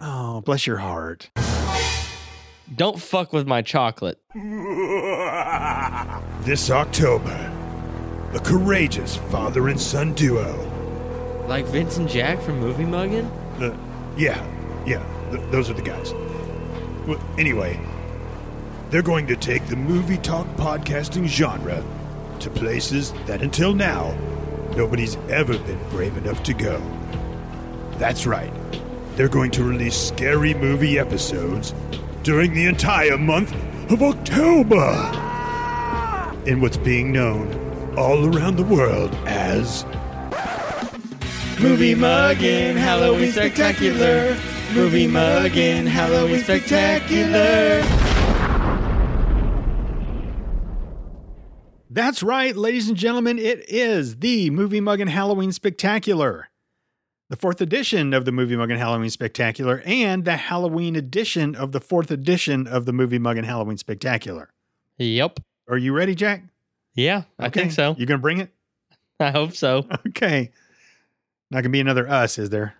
Oh, bless your heart. Don't fuck with my chocolate. This October, the courageous father and son duo. Like Vince and Jack from Movie Muggin? The, yeah, yeah, th- those are the guys. Well, anyway, they're going to take the movie talk podcasting genre to places that until now, nobody's ever been brave enough to go. That's right. They're going to release scary movie episodes during the entire month of October in what's being known all around the world as Movie Muggin Halloween Spectacular. Movie Muggin Halloween Spectacular. That's right, ladies and gentlemen, it is the Movie Muggin Halloween Spectacular. The fourth edition of the Movie Muggin Halloween Spectacular and the Halloween edition of the fourth edition of the Movie Muggin Halloween Spectacular. Yep. Are you ready, Jack? Yeah, I Okay. think so. You gonna bring it? I hope so. Okay. Not gonna be another us, is there?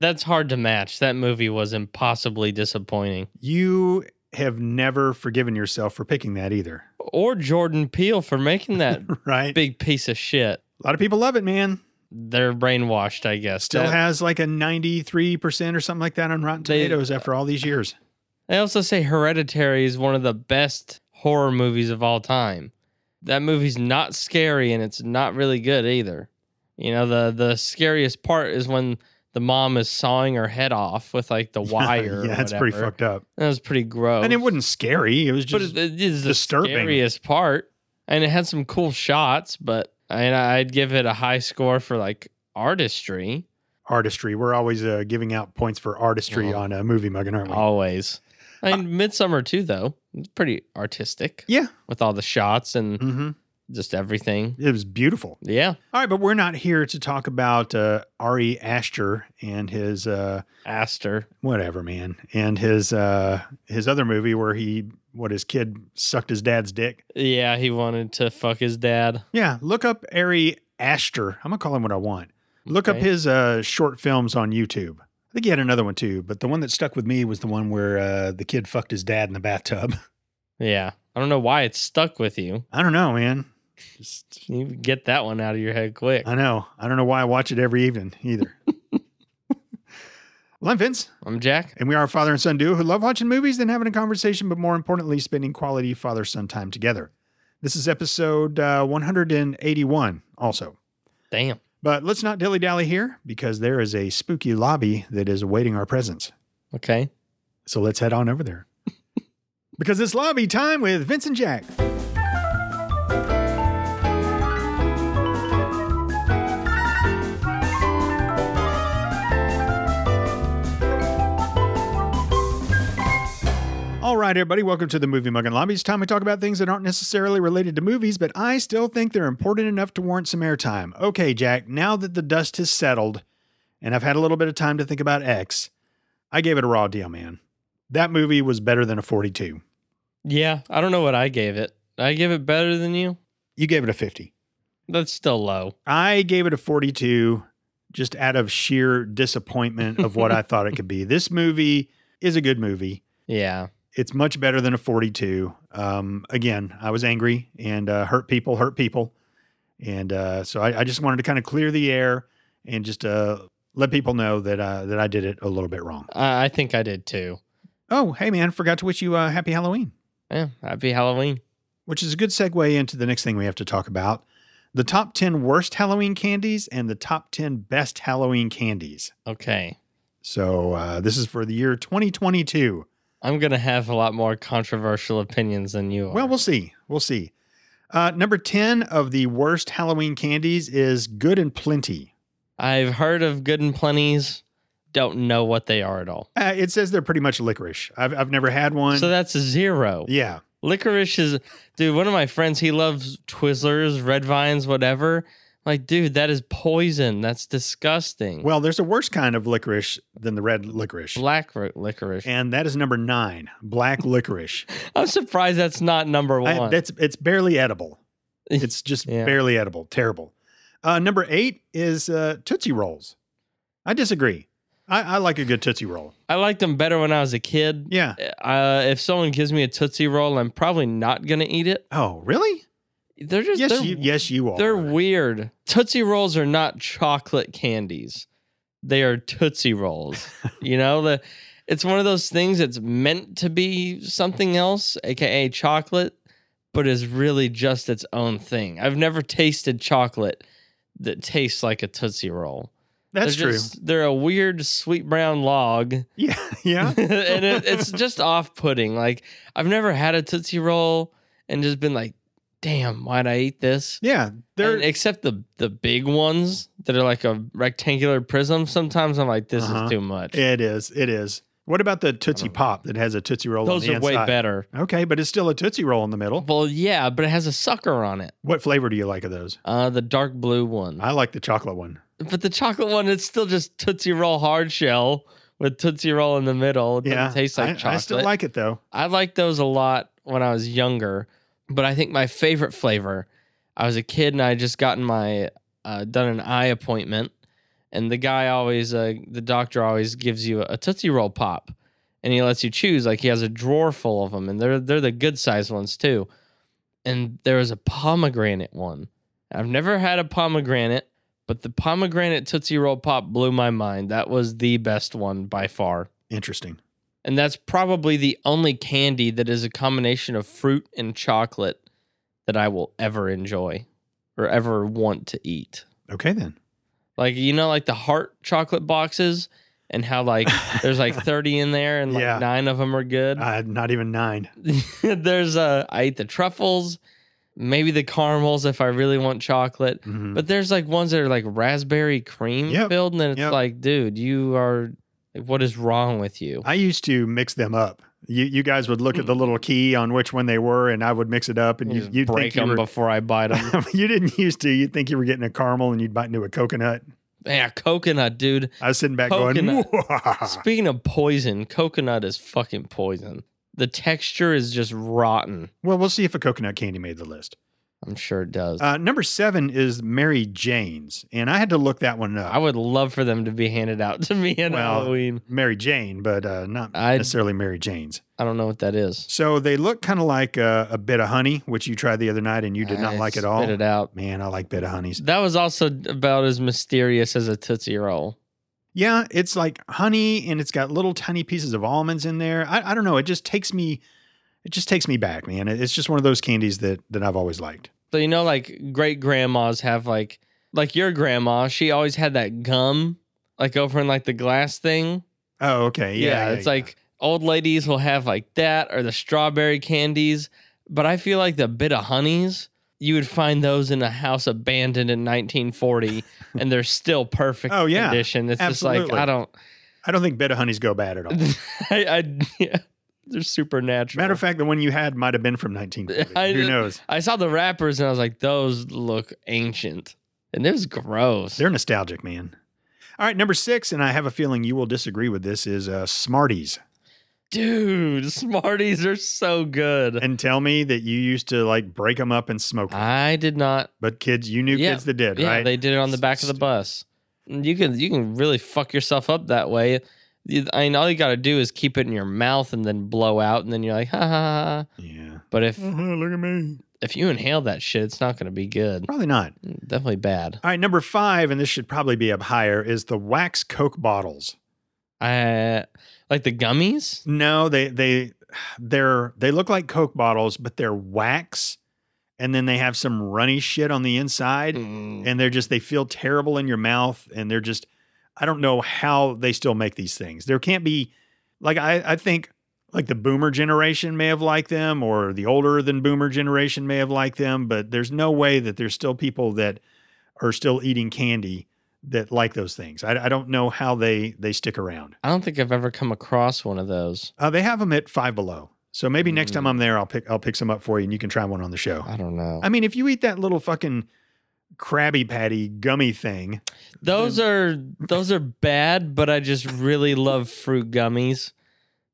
That's hard to match. That movie was impossibly disappointing. You have never forgiven yourself for picking that either, Or Jordan Peele for making that right? big piece of shit. a lot of people love it, man. They're brainwashed, I guess. Still That- has like a 93% or something like that on Rotten They- Tomatoes after all these years. They also say Hereditary is one of the best horror movies of all time. That movie's not scary and it's not really good either. You know, the the scariest part is when the mom is sawing her head off with like the wire. yeah, that's pretty fucked up. That was pretty gross. And it wasn't scary. It was but just it, it is the disturbing. scariest part. And it had some cool shots, but and I'd give it a high score for like artistry artistry. We're always uh, giving out points for artistry Oh. on a movie mugging, aren't we? Uh, always. I mean, Midsummer too, though. It's pretty artistic. Yeah. with all the shots and hmm just everything. It was beautiful. Yeah. All right, but we're not here to talk about uh, Ari Aster and his uh, Aster. whatever man and his uh, his other movie where he what his kid sucked his dad's dick. Yeah, he wanted to fuck his dad. Yeah, look up Ari Aster. I'm gonna call him what I want. Look up Okay. his uh, short films on YouTube. I think he had another one too, but the one that stuck with me was the one where uh, the kid fucked his dad in the bathtub. Yeah. I don't know why it's stuck with you. I don't know, man. Just Uh, You get that one out of your head quick. I know. I don't know why I watch it every evening either. well, I'm Vince, I'm Jack. and we are a father and son duo who love watching movies, then having a conversation, but more importantly, spending quality father son time together. This is episode uh, 181, also. Damn. But let's not dilly dally here because there is a spooky lobby that is awaiting our presence. Okay. So let's head on over there. because it's lobby time with Vince and Jack. All right, everybody, welcome to the Movie Muggin Lobby. It's time we talk about things that aren't necessarily related to movies, but I still think they're important enough to warrant some airtime. Okay, Jack, now that the dust has settled and I've had a little bit of time to think about X, I gave it a raw deal, man. That movie was better than a 42. Yeah. I don't know what I gave it. Did I give it better than you. You gave it a 50. That's still low. I gave it a 42 just out of sheer disappointment of what I thought it could be. This movie is a good movie. Yeah. It's much better than a 42. Um, again, I was angry and uh, hurt people, hurt people. And uh, so I, I just wanted to kind of clear the air and just uh, let people know that uh, that I did it a little bit wrong. I, I think I did too. Oh, hey, man, forgot to wish you uh, happy Halloween. Yeah. Happy Halloween. which is a good segue into the next thing we have to talk about the top 10 worst Halloween candies and the top 10 best Halloween candies. Okay. So, uh, this is for the year 2022. I'm gonna have a lot more controversial opinions than you are. Well, we'll see. We'll see. Uh, number 10 of the worst Halloween candies is Good and Plenty. I've heard of Good and Plenty's. Don't know what they are at all. Uh, it says they're pretty much licorice. I've, I've never had one. So that's a zero. yeah. Licorice is, dude. One of my friends, he loves Twizzlers, Red Vines, whatever. Like, dude, that is poison. That's disgusting. Well, there's a worse kind of licorice than the red licorice. Black ro- licorice. And that is number nine, black licorice. I'm surprised that's not number one. I, that's it's barely edible. It's just Yeah. barely edible. Terrible. Uh, number eight is uh, Tootsie Rolls. I disagree. I, I like a good Tootsie Roll. I liked them better when I was a kid. Yeah. Uh, if someone gives me a Tootsie Roll, I'm probably not gonna eat it. Oh, really? They're just Yes, they're, you, yes, you are. they're weird. Tootsie Rolls are not chocolate candies. They are Tootsie Rolls. you know, the it's one of those things that's meant to be something else, aka chocolate, but is really just its own thing. I've never tasted chocolate that tastes like a Tootsie Roll. That's they're true. just- they're a weird sweet brown log. yeah, yeah. and it, it's just off putting. Like I've never had a Tootsie Roll and just been like, damn, why'd I eat this? Yeah, they're And except the the big ones that are like a rectangular prism. Sometimes I'm like, this Uh-huh. is too much. it is. It is. What about the Tootsie I don't know. Pop that has a Tootsie Roll Those on the are way inside? better. Okay, but it's still a Tootsie Roll in the middle. Well, yeah, but it has a sucker on it. What flavor do you like of those? Uh, the dark blue one. I like the chocolate one. but the chocolate one, it's still just Tootsie Roll hard shell with Tootsie Roll in the middle. It doesn't yeah, taste like I, chocolate. I still like it though. I liked those a lot when I was younger, but I think my favorite flavor, I was a kid and I had just gotten my uh, done an eye appointment, and the guy always, uh, the doctor always gives you a Tootsie Roll pop, and he lets you choose. Like he has a drawer full of them, and they're they're the good sized ones too. And there was a pomegranate one. I've never had a pomegranate, but the pomegranate Tootsie Roll pop blew my mind. That was the best one by far. Interesting. And that's probably the only candy that is a combination of fruit and chocolate that I will ever enjoy or ever want to eat. Okay then. Like, you know, like the heart chocolate boxes and how, like, there's like 30 in there and like Yeah. nine of them are good. Uh, not even nine. there's, uh, I eat the truffles, maybe the caramels if I really want chocolate. Mhm. But there's like ones that are like raspberry cream Yep. filled. And then it's Yep. like, dude, you are, like, what is wrong with you? I used to mix them up. You you guys would look at the little key on which one they were, and I would mix it up, and you, Mm. Just you'd break think you them were, before I bite them. you didn't used to. You'd think you were getting a caramel, and you'd bite into a coconut. Yeah, coconut, dude. I was sitting back Coconut. going, Speaking of poison, coconut is fucking poison. The texture is just rotten. well, we'll see if a coconut candy made the list. I'm sure it does. Uh, number seven is Mary Jane's, and I had to look that one up. I would love for them to be handed out to me on Well- Halloween. Mary Jane, but uh, not I- necessarily Mary Jane's. I don't know what that is. So they look kind of like uh, a, a bit of honey, which you tried the other night and you did not I like at spit all. it out. Man, I like bit of honeys. That was also about as mysterious as a tootsie roll. Yeah, it's like honey and it's got little tiny pieces of almonds in there. I, I don't know. It just takes me, it just takes me back, man. It- It's just one of those candies that that I've always liked. So you know, like great grandmas have like, like your grandma. She always had that gum, like over in like the glass thing. Oh, okay. Yeah. yeah, yeah, it's yeah. like old ladies will have like that or the strawberry candies but i feel like the bit of honeys you would find those in a house abandoned in 1940 and they're still perfect Oh, yeah. condition it's just Absolutely. like i don't I don't think bit of honeys go bad at all. I, I yeah they're supernatural Matter of fact, the one you had might have been from 1940. I- Who knows? i saw the wrappers and i was like those look ancient and it was gross They're nostalgic, man. All right, number six, and I have a feeling you will disagree with this, is uh, Smarties. dude smarties are so good And tell me that you used to like break them up and smoke them. i did not But kids, you knew Uh, Yeah, kids that did, Yeah, right? they did it on the back of the bus. You can you can really fuck yourself up that way. You- I mean, all you got to do is keep it in your mouth and then blow out, and then you're like, ha ha. ha. ha." yeah. But if Oh, look at me. if you inhale that shit, it's not going to be good. Probably not. Definitely bad. All right, number five, and this should probably be up higher, is the wax Coke bottles. I like the gummies. No, they they they're they look like Coke bottles, but they're wax, and then they have some runny shit on the inside. Mm. and they're just they feel terrible in your mouth and they're just i don't know how they still make these things there can't be like i i think like the boomer generation may have liked them or the older than boomer generation may have liked them but there's no way that there's still people that are still eating candy that like those things i, I don't know how they they stick around I don't think I've ever come across one of those. uh, they have them at five below so maybe next time Mm. i'm there i'll pick i'll pick some up for you and you can try one on the show I don't know. i mean if you eat that little fucking Krabby Patty gummy thing. Those are those are bad, but I just really love fruit gummies,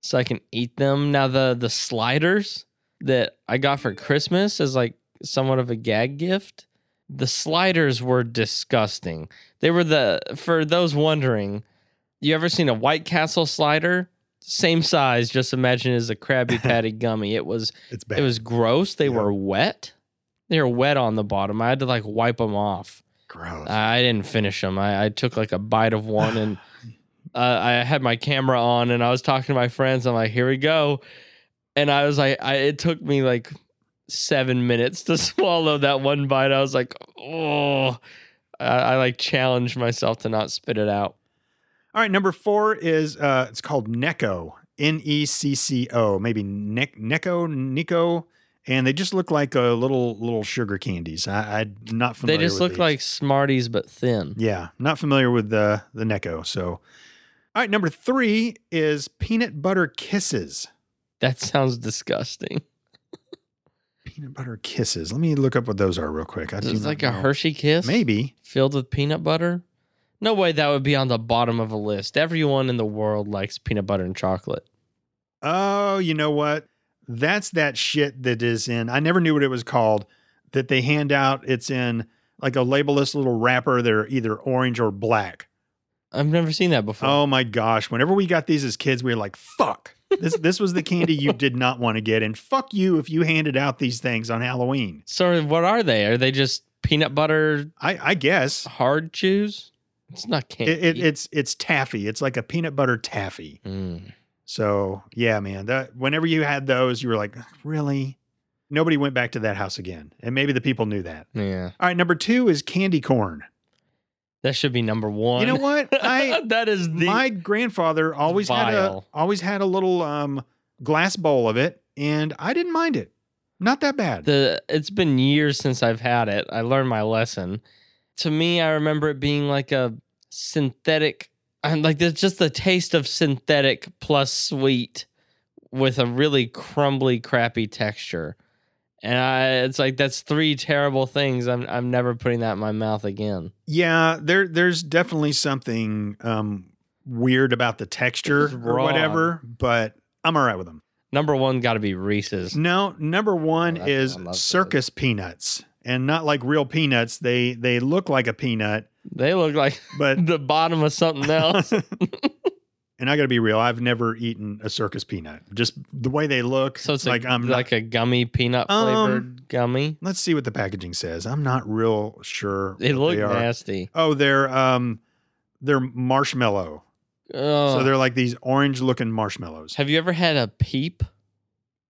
so I can eat them. Now the the sliders that I got for Christmas is like somewhat of a gag gift. The sliders were disgusting. They were the for those wondering, You ever seen a White Castle slider? Same size, just imagine it as a Krabby Patty gummy. It was It's bad. it was gross. They Yeah. were wet. They were wet on the bottom. I had to like wipe them off. gross. I I didn't finish them. I, I took like a bite of one and uh, I had my camera on and I was talking to my friends. I'm like, here we go. And I was like, I, it took me like seven minutes to swallow that one bite. I was like, oh, I, I like challenged myself to not spit it out. All right, number four is uh, it's called Necco, N E C C O, maybe ne- Necco, Nico, and they just look like uh, little little sugar candies. I, I'm not familiar. They just with look these. like Smarties, but thin. yeah, not familiar with the the Necco. So, all right, number three is peanut butter kisses. That sounds disgusting. Peanut butter kisses. Let me look up what those are real quick. I do It's not like a know. Hershey kiss. Maybe filled with peanut butter? No way that would be on the bottom of a list. Everyone in the world likes peanut butter and chocolate. Oh, you know what? That's that shit that is in. I never knew what it was called that they hand out. It's in like a labelless little wrapper. They're either orange or black. I've never seen that before. Oh my gosh! Whenever we got these as kids, we were like, "Fuck! This this was the candy you did not want to get, and fuck you if you handed out these things on Halloween." So what are they? Are they just peanut butter I, I guess hard chews? It's not it, Oh, candy. it, it's it's taffy. It's like a peanut butter taffy. Mm. So yeah, man. That whenever you had those, you were like, "Really?" Nobody went back to that house again, and maybe the people knew that. Yeah. All right, number two is candy corn. That should be number one. You know what? I that is the my grandfather always had a Vile. always had a little um, glass bowl of it, and I didn't mind it. Not that bad. the it's been years since I've had it. I learned my lesson. To me, I remember it being like a synthetic and like there's just the taste of synthetic plus sweet with a really crumbly crappy texture. And I it's like that's three terrible things. I'm I'm never putting that in my mouth again. yeah, there there's definitely something um, weird about the texture It's or raw. whatever, but I'm all right with them. Number one got to be Reese's. No, number one Oh, I- is I love those. circus peanuts, and not like real peanuts. They they look like a peanut, They look like but the bottom of something else. and I got to be real. I've never eaten a circus peanut. Just the way they look. so it's like like i I'm like like. a gummy peanut Um, flavored gummy. let's see what the packaging says. I'm not real sure. They what look are. nasty. Oh, they're um, they're marshmallow. Ugh. So they're like these orange looking marshmallows. Have you ever had a peep?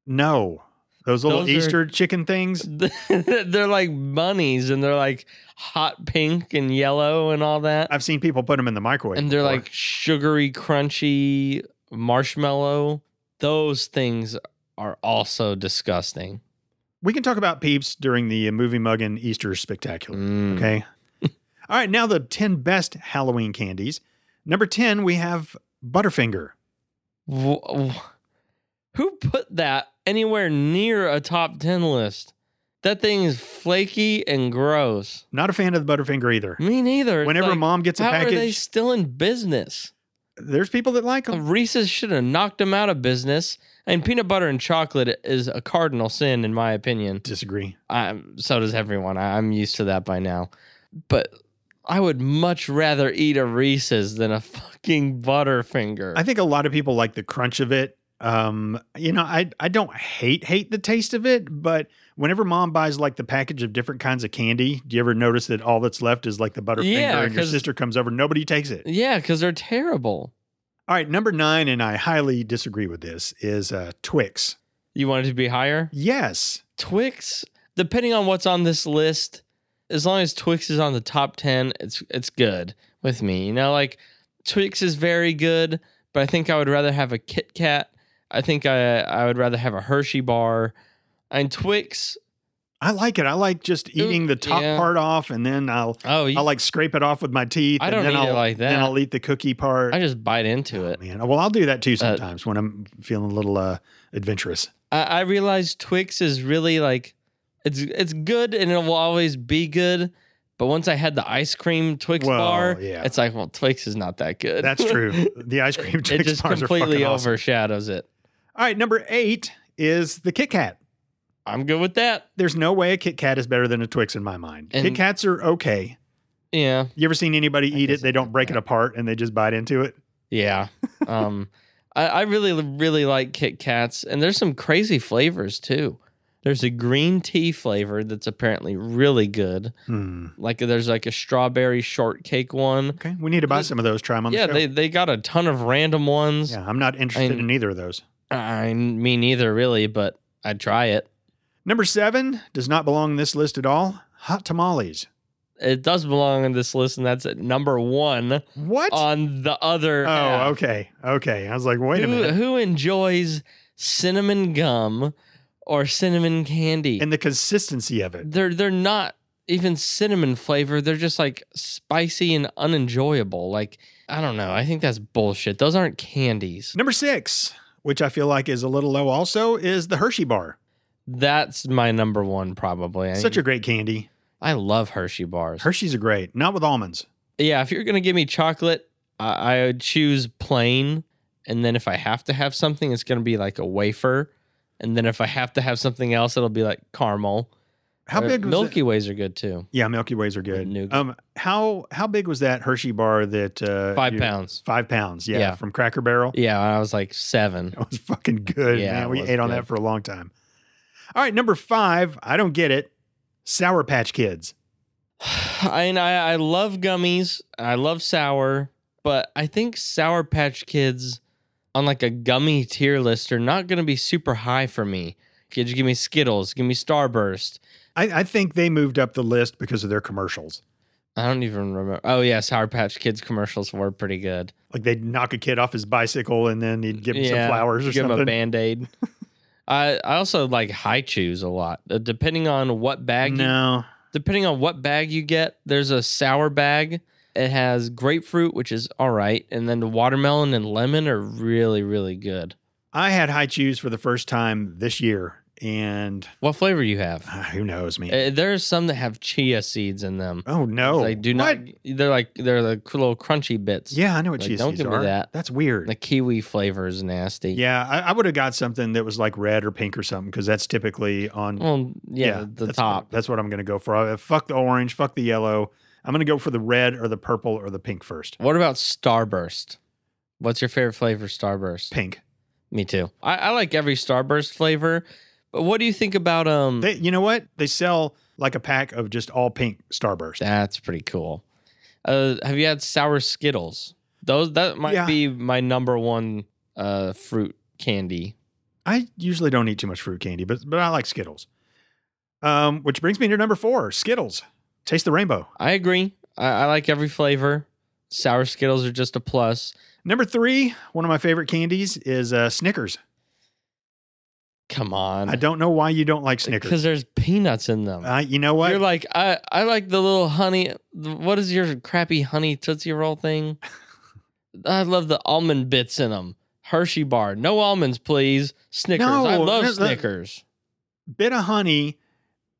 No, those little Those are- Easter chicken things. they're like bunnies and they're like hot pink and yellow and all that. I've seen people put them in the microwave. and they're before. like sugary, crunchy marshmallow. Those things are also disgusting. we can talk about peeps during the uh, movie mug and Easter spectacular. Mm. Okay. All right, now the 10 best Halloween candies. Number 10, we have Butterfinger. Wh- wh- Who put that anywhere near a top 10 list? That thing is flaky and gross. Not a fan of the Butterfinger either. Me neither. It's Whenever like, mom gets a how are they package, still in business? there's people that like them. Reese's should have knocked him out of business. And peanut butter and chocolate is a cardinal sin, in my opinion. Disagree. i so does everyone. I, I'm used to that by now. But I would much rather eat a Reese's than a fucking Butterfinger. I think a lot of people like the crunch of it. Um, you know, I I don't hate hate the taste of it, but whenever mom buys like the package of different kinds of candy, do you ever notice that all that's left is like the Butterfinger Yeah, and your 'cause- sister comes over, nobody takes it. yeah, because they're terrible. All right, number 9 and I highly disagree with this is uh Twix. You want it to be higher? Yes. Twix, depending on what's on this list, as long as Twix is on the top ten, it's it's good with me. You know, like Twix is very good, but I think I would rather have a Kit Kat. I think I I would rather have a Hershey bar. And Twix, I like it. I like just eating the top yeah. part off, and then I'll oh, you, I'll I, like scrape it off with my teeth. I don't and then eat it I'll, like Then that. I'll eat the cookie part. just bite into Oh, it. man. Well, I'll do that Uh, too sometimes when I'm feeling a little uh, adventurous. I, I realize Twix is really like it's it's good and it will always be good. But once I had the ice cream Twix Well, bar, yeah. it's like, well, Twix is not that good. That's true. the ice cream it Twix just bars are completely fucking awesome. overshadows it. All right, number eight is the Kit Kat. I'm good with that. There's no way a Kit Kat is better than a Twix in my mind. Kit And- Kats are okay. Yeah. You ever seen anybody I eat guess it? They I don't did break it that. apart and they just bite into it. Yeah. Um, I, I really, really like Kit Kats, and there's some crazy flavors too. There's a green tea flavor that's apparently really good. Hmm. Like there's like a strawberry shortcake one. Okay, we need to buy some of those. Try them on the Yeah, show. they, they got a ton of random ones. yeah, I'm not interested I- in either of those. I me neither really, but I'd try it. Number seven does not belong in this list at all. Hot tamales. It does belong in this list, and that's at number one What? on the other. oh, half. okay, okay. I was like, wait a who, minute. who enjoys cinnamon gum or cinnamon candy? And the consistency of it. they're they're not even cinnamon flavor. They're just like spicy and unenjoyable. Like I don't know. I think that's bullshit. Those aren't candies. Number six, which I feel like is a little low, also is the Hershey bar. That's my number one probably. I, Such a great candy. I love Hershey bars. Hershey's are great, not with almonds. yeah, if you're gonna give me chocolate, I, I would choose plain. And then if I have to have something, it's gonna be like a wafer. And then if I have to have something else, it'll be like caramel. How Uh, big was Milky it? Ways are good too. Yeah, Milky Ways are And good. nougat. Um, how how big was that Hershey bar that uh, Five you- pounds. Five pounds, yeah, Yeah. from Cracker Barrel. Yeah, I was like seven. That was fucking good, Yeah, man. it We was ate on good. that for a long time. All right, number five. I don't get it. Sour Patch Kids. I mean, I, I love gummies. I love sour, but I think Sour Patch Kids on like a gummy tier list are not going to be super high for me. Could you give me Skittles? Give me Starburst. I, I think they moved up the list because of their commercials. I don't even remember. Oh yeah, Sour Patch Kids commercials were pretty good. Like they'd knock a kid off his bicycle and then he'd give him some Yeah, flowers or give 'em a something. band aid. I I also like high chews a lot. Uh, Depending on what bag you no. depending on what bag you get, there's a sour bag. It has grapefruit, which is all right, and then the watermelon and lemon are really, really good. I had high chews for the first time this year, and What flavor you have? ah, who knows, man. Uh, there are some that have chia seeds in them. oh no, they do not. What? They're like they're the cr- little crunchy bits. Yeah, I know what Like, cheese don't seeds give me are. that. That's weird. the kiwi flavor is nasty. yeah, I, I would have got something that was like red or pink or something because that's typically on Well, Mm, yeah, the that's top. What, that's what I'm going to go for. Uh, fuck the orange. Fuck the yellow. I'm going to go for the red or the purple or the pink first. What about Starburst? What's your favorite flavor, Starburst? Pink. Me too. I, I like every Starburst flavor, but what do you think about um? They, you know what? They sell like a pack of just all pink Starburst. That's pretty cool. Uh, have you had sour Skittles? Those that might Yeah. be my number one uh, fruit candy. I usually don't eat too much fruit candy, but but I like Skittles. Um, which brings me to number four, Skittles. Taste the rainbow. I agree. I, I like every flavor. Sour Skittles are just a plus. Number three, one of my favorite candies is uh, Snickers. Come on, I don't know why you don't like Snickers. because there's peanuts in them. Uh, you know what? You're like I. I like the little honey. What is your crappy honey tootsie roll thing? I love the almond bits in them. Hershey bar, no almonds, please. Snickers. I No, love no, no. Snickers. bit of honey,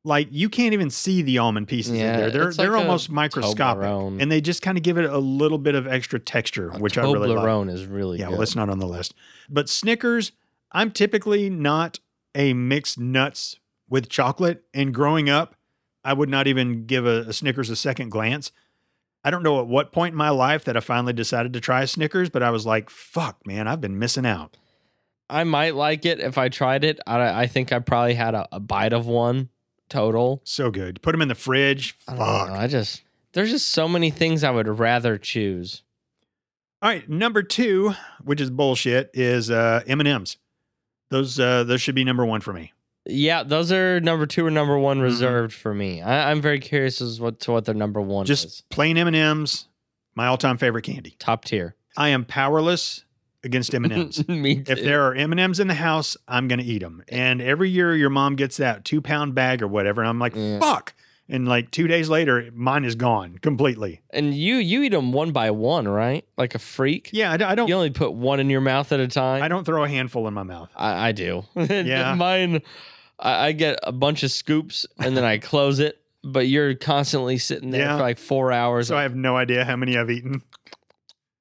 like you can't even see the almond pieces in Yeah, there. They're it's like they're a almost microscopic, Toblerone. and they just kind of give it a little bit of extra texture, A which I really like. Toblerone is really Yeah, good. well, it's not on the list. But Snickers, I'm typically not a mixed nuts with chocolate. And growing up, I would not even give a, a Snickers a second glance. I don't know at what point in my life that I finally decided to try Snickers, but I was like, fuck, man, I've been missing out. I might like it if I tried it. I, I think I probably had a, a bite of one total. So good. Put them in the fridge. I Fuck. don't know. I just there's just so many things I would rather choose. All right, number two, which is bullshit, is uh, M and M's. Those uh, those should be number one for me. Yeah, those are number two or number one Mhm. reserved for me. I, I'm very curious as what to what their number one is. Just plain M and M's, my all time favorite candy. Top tier. I am powerless against M and M's. Me too. If there are M and M's in the house, I'm gonna eat them. And every year, your mom gets that two pound bag or whatever, and I'm like, Yeah. fuck. And like two days later, mine is gone completely. and you you eat them one by one, right? Like a freak. Yeah, I, d- I You don't. only put one in your mouth at a time. I don't throw a handful in my mouth. I, I do. Yeah. Mine, I, I get a bunch of scoops and then I close it, but you're constantly sitting there Yeah. for like four hours So I have no idea how many I've eaten.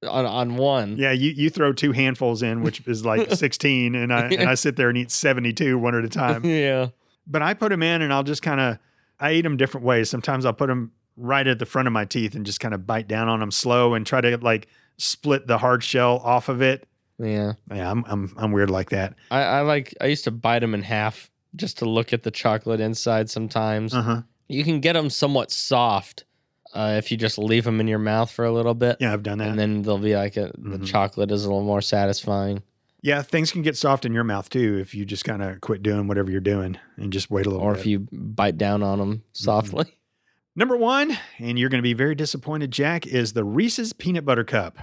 on, on one. Yeah, you, you throw two handfuls in, which is like 16, and I and I sit there and eat 72 one at a time. yeah. But I put them in and I'll just kind of I eat them different ways. Sometimes I'll put them right at the front of my teeth and just kind of bite down on them slow and try to like split the hard shell off of it. Yeah. Yeah, I'm I'm I'm weird like that. I, I like I used to bite them in half just to look at the chocolate inside sometimes. Uh huh. You can get them somewhat soft uh, if you just leave them in your mouth for a little bit. Yeah, I've done that. And then they'll be like a, Mhm. the chocolate is a little more satisfying, yeah, things can get soft in your mouth too if you just kind of quit doing whatever you're doing and just wait a little or bit. Mm-hmm. if you bite down on them softly. Number one, and you're going to be very disappointed, Jack, is the Reese's peanut butter cup,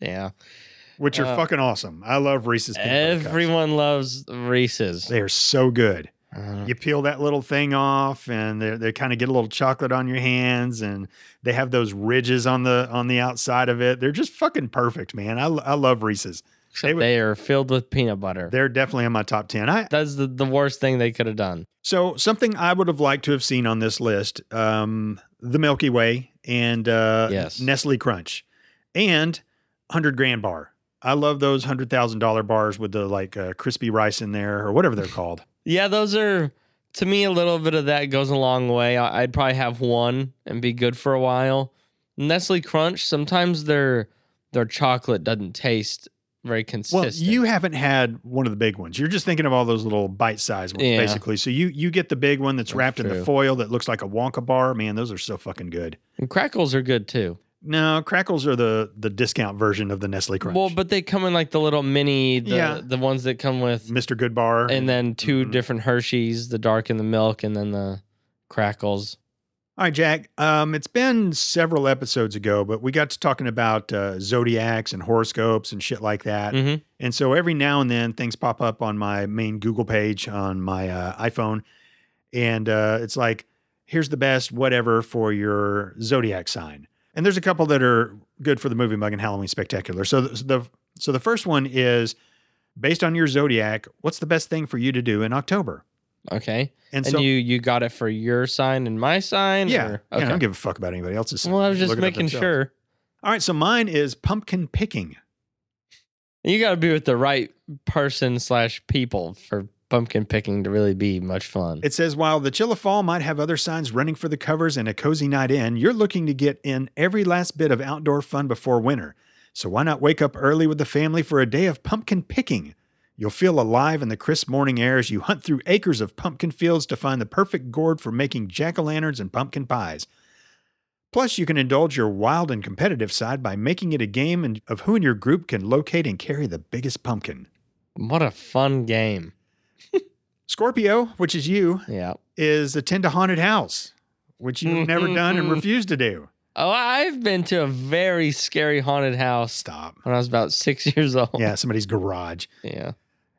yeah, which are Uh, fucking awesome. I love Reese's peanut butter everyone loves Reese's. cups. They are so good. Uh, You peel that little thing off, and they they kind of get a little chocolate on your hands, and they have those ridges on the on the outside of it. They're just fucking perfect, man. I, lo- I love Reese's. They would- they are filled with peanut butter. They're definitely in my top ten. I That's the, the worst thing they could have done. so something I would have liked to have seen on this list: um, the Milky Way and uh, Yes. Nestle Crunch, and hundred grand bar. I love those hundred thousand dollar bars with the like uh, crispy rice in there or whatever they're called. Yeah, those are to me a little bit of that goes a long way. I- I'd probably have one and be good for a while. Nestle Crunch. Sometimes their their chocolate doesn't taste very Well, consistent. you haven't had one of the big ones. You're just thinking of all those little bite sized ones, Yeah. basically. So you you get the big one that's, That's wrapped in the true. foil that looks like a Wonka bar. Man, those are so fucking good. And crackles are good too. No, crackles are the the discount version of the Nestle Crunch. Well, but they come in like the little mini, the, Yeah. the ones that come with, Mr. Good Bar and then 2 Mhm. different Hershey's, the dark and the milk, and then the crackles. All right, Jack. Um, it's been several episodes ago, but we got to talking about uh, zodiacs and horoscopes and shit like that. Mhm. And so every now and then things pop up on my main Google page on my uh, iPhone, and uh, it's like, here's the best whatever for your zodiac sign. And there's a couple that are good for the movie mug and Halloween Spectacular. So the, the so the first one is based on your zodiac. What's the best thing for you to do in October? Okay, And, and so. you you got it for your sign and my sign. yeah, or- yeah, I don't okay. give a fuck about anybody else's. well, I was just looking up making themselves. sure. All right, so mine is pumpkin picking. You got to be with the right person slash people for pumpkin picking to really be much fun. It says while the chill of fall might have other signs running for the covers and a cozy night in, you're looking to get in every last bit of outdoor fun before winter. So why not wake up early with the family for a day of pumpkin picking? You'll feel alive in the crisp morning air as you hunt through acres of pumpkin fields to find the perfect gourd for making jack o' lanterns and pumpkin pies. Plus, you can indulge your wild and competitive side by making it a game and- of who in your group can locate and carry the biggest pumpkin. what a fun game! Scorpio, which is you, Yeah. is attend a haunted house, which you've never done and refuse to do. Oh, I've been to a very scary haunted house Stop. when I was about six years old. Yeah, somebody's garage. Yeah.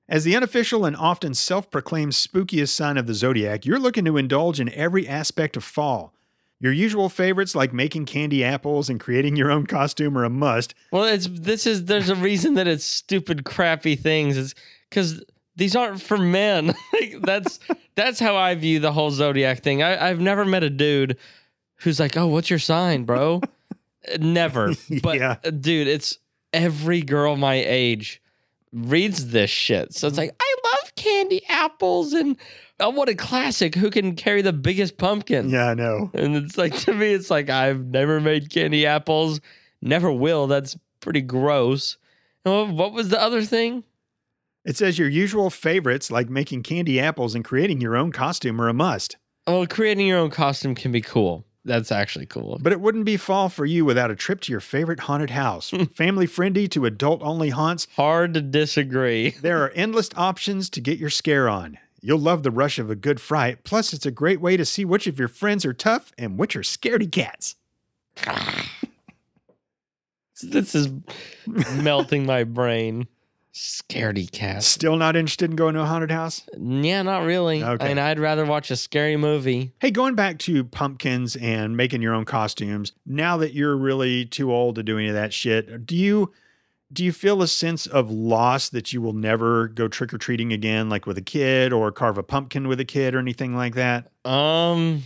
As the unofficial and often self proclaimed spookiest sign of the zodiac, you're looking to indulge in every aspect of fall. Your usual favorites like making candy apples and creating your own costume are a must. Well, it's this is there's a reason that it's stupid, crappy things. It's because these aren't for men. like that's that's how I view the whole zodiac thing. I, I've never met a dude who's like, "Oh, what's your sign, bro?" never. But Yeah. uh, dude, it's every girl my age reads this shit. So it's like, I love candy apples and oh, what a classic! Who can carry the biggest pumpkin? Yeah, I know. And it's like to me, it's like I've never made candy apples, never will. That's pretty gross. And what- what was the other thing? It says your usual favorites like making candy apples and creating your own costume are a must. Well, creating your own costume can be cool. That's actually cool. But it wouldn't be fall for you without a trip to your favorite haunted house. From family friendly to adult only haunts, Hard to disagree. There are endless options to get your scare on. You'll love the rush of a good fright. Plus, it's a great way to see which of your friends are tough and which are scaredy cats. This is melting my brain. Scaredy cast. Still not interested in going to a haunted house? Yeah, not really. Okay. I mean, I'd rather watch a scary movie. Hey, going back to pumpkins and making your own costumes, now that you're really too old to do any of that shit, do you do you feel a sense of loss that you will never go trick-or-treating again like with a kid or carve a pumpkin with a kid or anything like that? Um,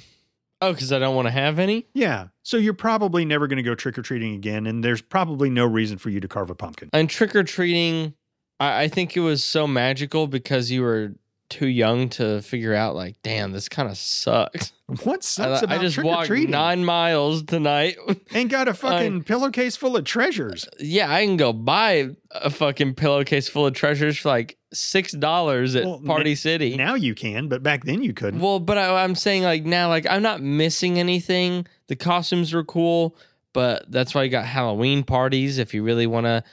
oh, because I don't want to have any. Yeah. So you're probably never going to go trick-or-treating again and there's probably no reason for you to carve a pumpkin. And trick or treating, I, I think it was so magical because you were too young to figure out like, damn, this kind of sucks. What sucks I, I about just trick or walked treating? nine miles tonight. Ain't got a fucking pillowcase full of treasures. yeah, I can go buy a fucking pillowcase full of treasures for like six dollars at Well, na- Party City. Now you can, but back then you couldn't. Well, but I, I'm saying like now, like I'm not missing anything. The costumes were cool, but that's why you got Halloween parties if you really want to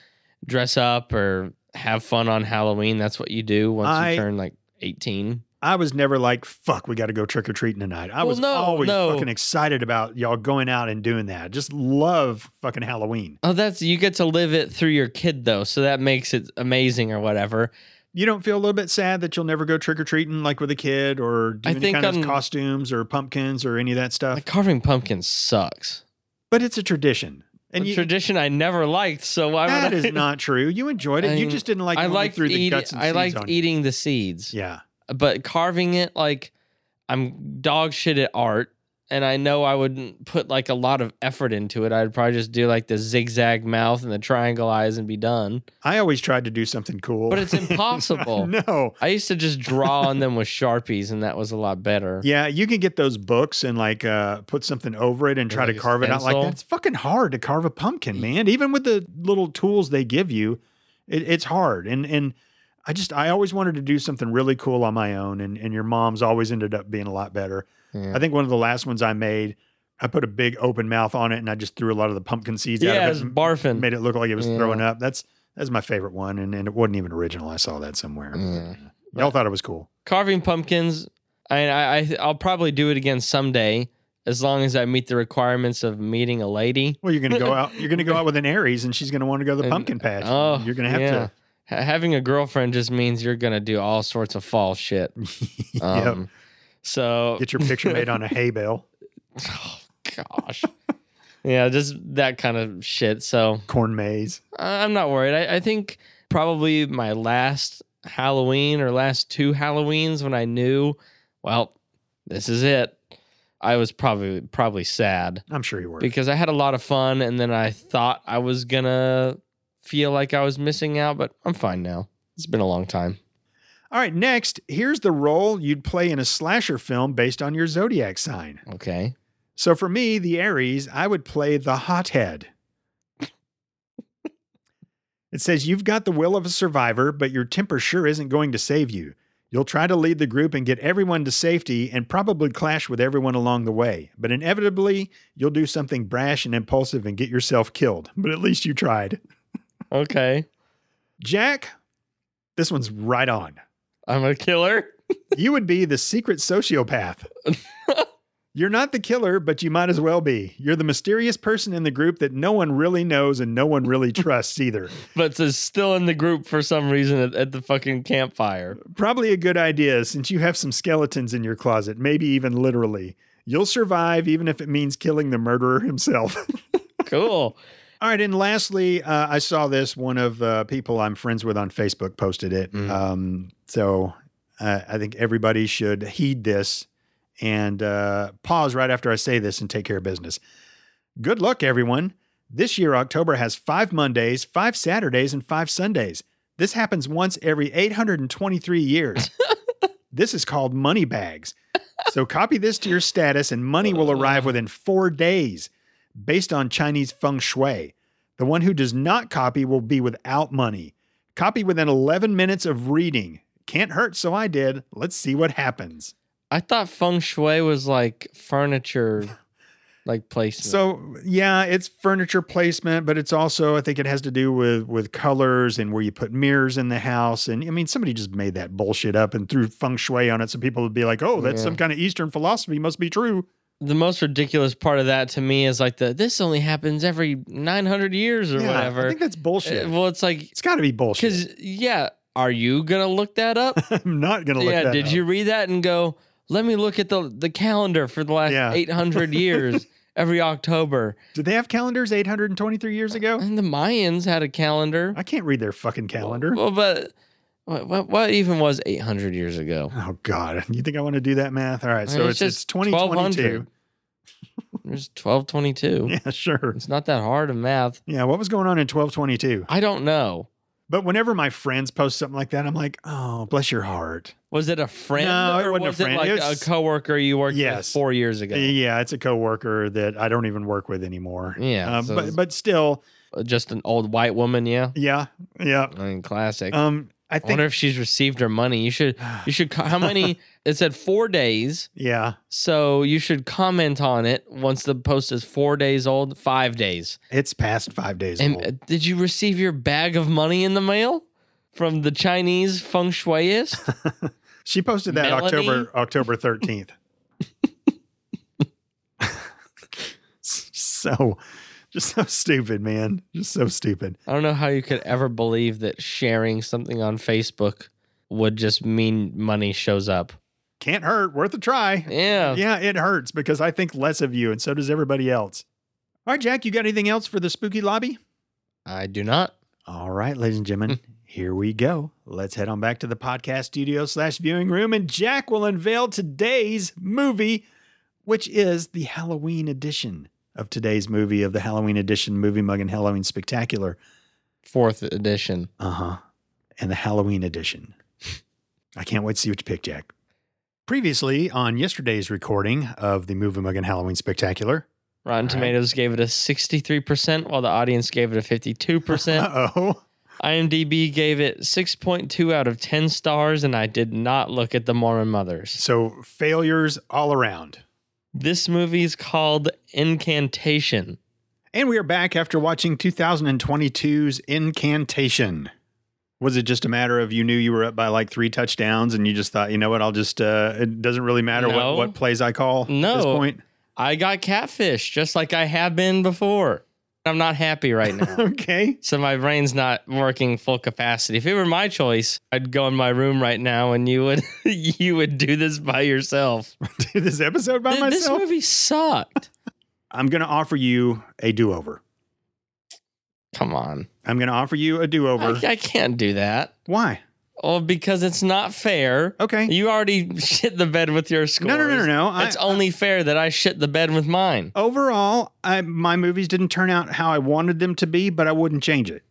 dress up or have fun on Halloween. That's what you do once I- you turn like 18. I was never like, fuck, we got to go trick or treating tonight. I Well, was no, always no. fucking excited about y'all going out and doing that. Just love fucking Halloween. Oh, that's you get to live it through your kid though, so that makes it amazing or whatever. You don't feel a little bit sad that you'll never go trick or treating like with a kid or do I any think kind of I'm- costumes or pumpkins or any of that stuff. Like carving pumpkins sucks. but it's a tradition. And And you, tradition I never liked, so why that would is I? not true. You enjoyed it. I you mean, just didn't like. I when we liked threw the eating. guts and I seeds liked on you. eating the seeds. Yeah, but carving it like I'm dog shit at art and I know I wouldn't put like a lot of effort into it. I'd probably just do like the zigzag mouth and the triangle eyes and be done. I always tried to do something cool, But it's impossible. no. I used to just draw on them with Sharpies and that was a lot better. Yeah, you can get those books and like uh, put something over it and try Like to a carve it out like stencil? that. It's fucking hard to carve a pumpkin, man. Even with the little tools they give you, it, it's hard. And and I just I always wanted to do something really cool on my own. And and your mom's always ended up being a lot better. Yeah. I think one of the last ones I made, I put a big open mouth on it and I just threw a lot of the pumpkin seeds Yeah, out it of was it. and barfing. Made it look like it was Yeah. throwing up. That's that's my favorite one. And, and it wasn't even original. I saw that somewhere. uh, Yeah. Y'all thought it was cool. Carving pumpkins, I, I I- I'll probably do it again someday as long as I meet the requirements of meeting a lady. Well, you're gonna go out. You're gonna go out with an Aries, and she's gonna want to go to the And- pumpkin patch. Oh, you're gonna have yeah. to. Ha- Having a girlfriend just means you're gonna do all sorts of fall shit. Um, So Yep. Get your picture made on a hay bale, Oh, gosh. yeah, just that kind of shit. So corn maze. I- I'm not worried. I, I think probably my last Halloween or last two Halloweens when I knew, well, this is it. I was probably probably sad I'm sure you were. because I had a lot of fun and then I thought I was gonna feel like I was missing out, but I'm fine now. It's been a long time. All right, next, here's the role you'd play in a slasher film based on your zodiac sign. Okay. So for me, the Aries, I would play the hothead. it says, You've got the will of a survivor, but your temper sure isn't going to save you. You'll try to lead the group and get everyone to safety and probably clash with everyone along the way. But inevitably, you'll do something brash and impulsive and get yourself killed. But at least you tried. Okay. Jack, this one's right on. I'm a killer. you would be the secret sociopath. You're not the killer, but you might as well be. You're the mysterious person in the group that no one really knows and no one really trusts either. But is still in the group for some reason at, at the fucking campfire. Probably a good idea since you have some skeletons in your closet, maybe even literally. You'll survive even if it means killing the murderer himself. Cool. All right, and lastly, uh, I saw this. One of uh, people I'm friends with on Facebook posted it. Mm. Um, so uh, I think everybody should heed this and uh, pause right after I say this and take care of business. Good luck, everyone. This year, October has five Mondays, five Saturdays, and five Sundays. This happens once every 823 years. this is called money bags. So copy this to your status, and money will arrive within four days based on Chinese feng shui. The one who does not copy will be without money. Copy within 11 minutes of reading. Can't hurt, so I did. Let's see what happens. I thought feng shui was like furniture, like placement. So yeah, it's furniture placement, but it's also I think it has to do with with colors and where you put mirrors in the house. And I mean, somebody just made that bullshit up and threw feng shui on it, so people would be like, "Oh, that's Yeah. some kind of Eastern philosophy. Must be true." the most ridiculous part of that to me is like the this only happens every nine hundred years or Yeah, I whatever. think that's bullshit. Uh, well, it's like it's got to be bullshit. because yeah, are you gonna look that up? I'm not gonna look yeah. that Did up. you read that and go? Let me look at the the calendar for the last Yeah. eight hundred years. Every October, Did they have calendars 823 years ago? and the Mayans had a calendar. I can't read their fucking calendar. Well, but what, what, what even was eight hundred years ago? Oh God, you think I want to do that math? All right, I so mean, it's it's 2022. 1200. It's twelve twenty two. Yeah, sure. It's not that hard of math. Yeah, what was going on in 1222? I don't know. But whenever my friends post something like that, I'm like, oh, bless your heart. Was it a friend? No, it or wasn't a was friend. It like It was- a coworker you worked Yes. with four years ago. Yeah, it's a coworker that I don't even work with anymore. Yeah, Uh, so but it's- but still, Just an old white woman. Yeah. yeah, yeah. I mean, classic. Um, I I wonder think, if she's received her money. You should. You should. co- How many? it said four days. yeah, So you should comment on it once the post is four days old, five days. it's past five days And old. uh, did you receive your bag of money in the mail from the Chinese feng shuiist? She posted that Melanie? October October thirteenth. so, just so stupid, man. Just so stupid. I don't know how you could ever believe that sharing something on Facebook would just mean money shows up. Can't hurt. Worth a try. Yeah. Yeah, it hurts because I think less of you, and so does everybody else. All right, Jack, you got anything else for the spooky lobby? I do not. All right, ladies and gentlemen, here we go. Let's head on back to the podcast studio slash viewing room, and Jack will unveil today's movie, which is the Halloween edition of today's movie of the Halloween edition movie mug and Halloween spectacular. Fourth edition. Uh huh. And the Halloween edition. I can't wait to see what you pick, Jack. Previously, on yesterday's recording of the Movie Mug and Halloween Spectacular, Rotten All right. Tomatoes gave it a 63%, while the audience gave it a 52%. uh oh, IMDb gave it 6.2 out of 10 stars, and I did not look at the Mormon Mothers. so failures all around. This movie's called Incantation. And we are back after watching 2022's Incantation. Was it just a matter of you knew you were up by like three touchdowns and you just thought, you know what, I'll just, uh, it doesn't really matter No. what, what plays I call at this No. point? I got catfish just like I have been before. I'm not happy right now. Okay. so my brain's not working full capacity. If it were my choice, I'd go in my room right now and you would you would do this by yourself. Do this episode by Th- this myself. movie sucked. I'm going to offer you a do over. Come on. I'm going to offer you a do I, over. I can't do that. Why? Well, because it's not fair. Okay. You already shit the bed with your scores. No, no, no, no, no. I, It's only fair that I shit the bed with mine. overall, I, my movies didn't turn out how I wanted them to be, but I wouldn't change it.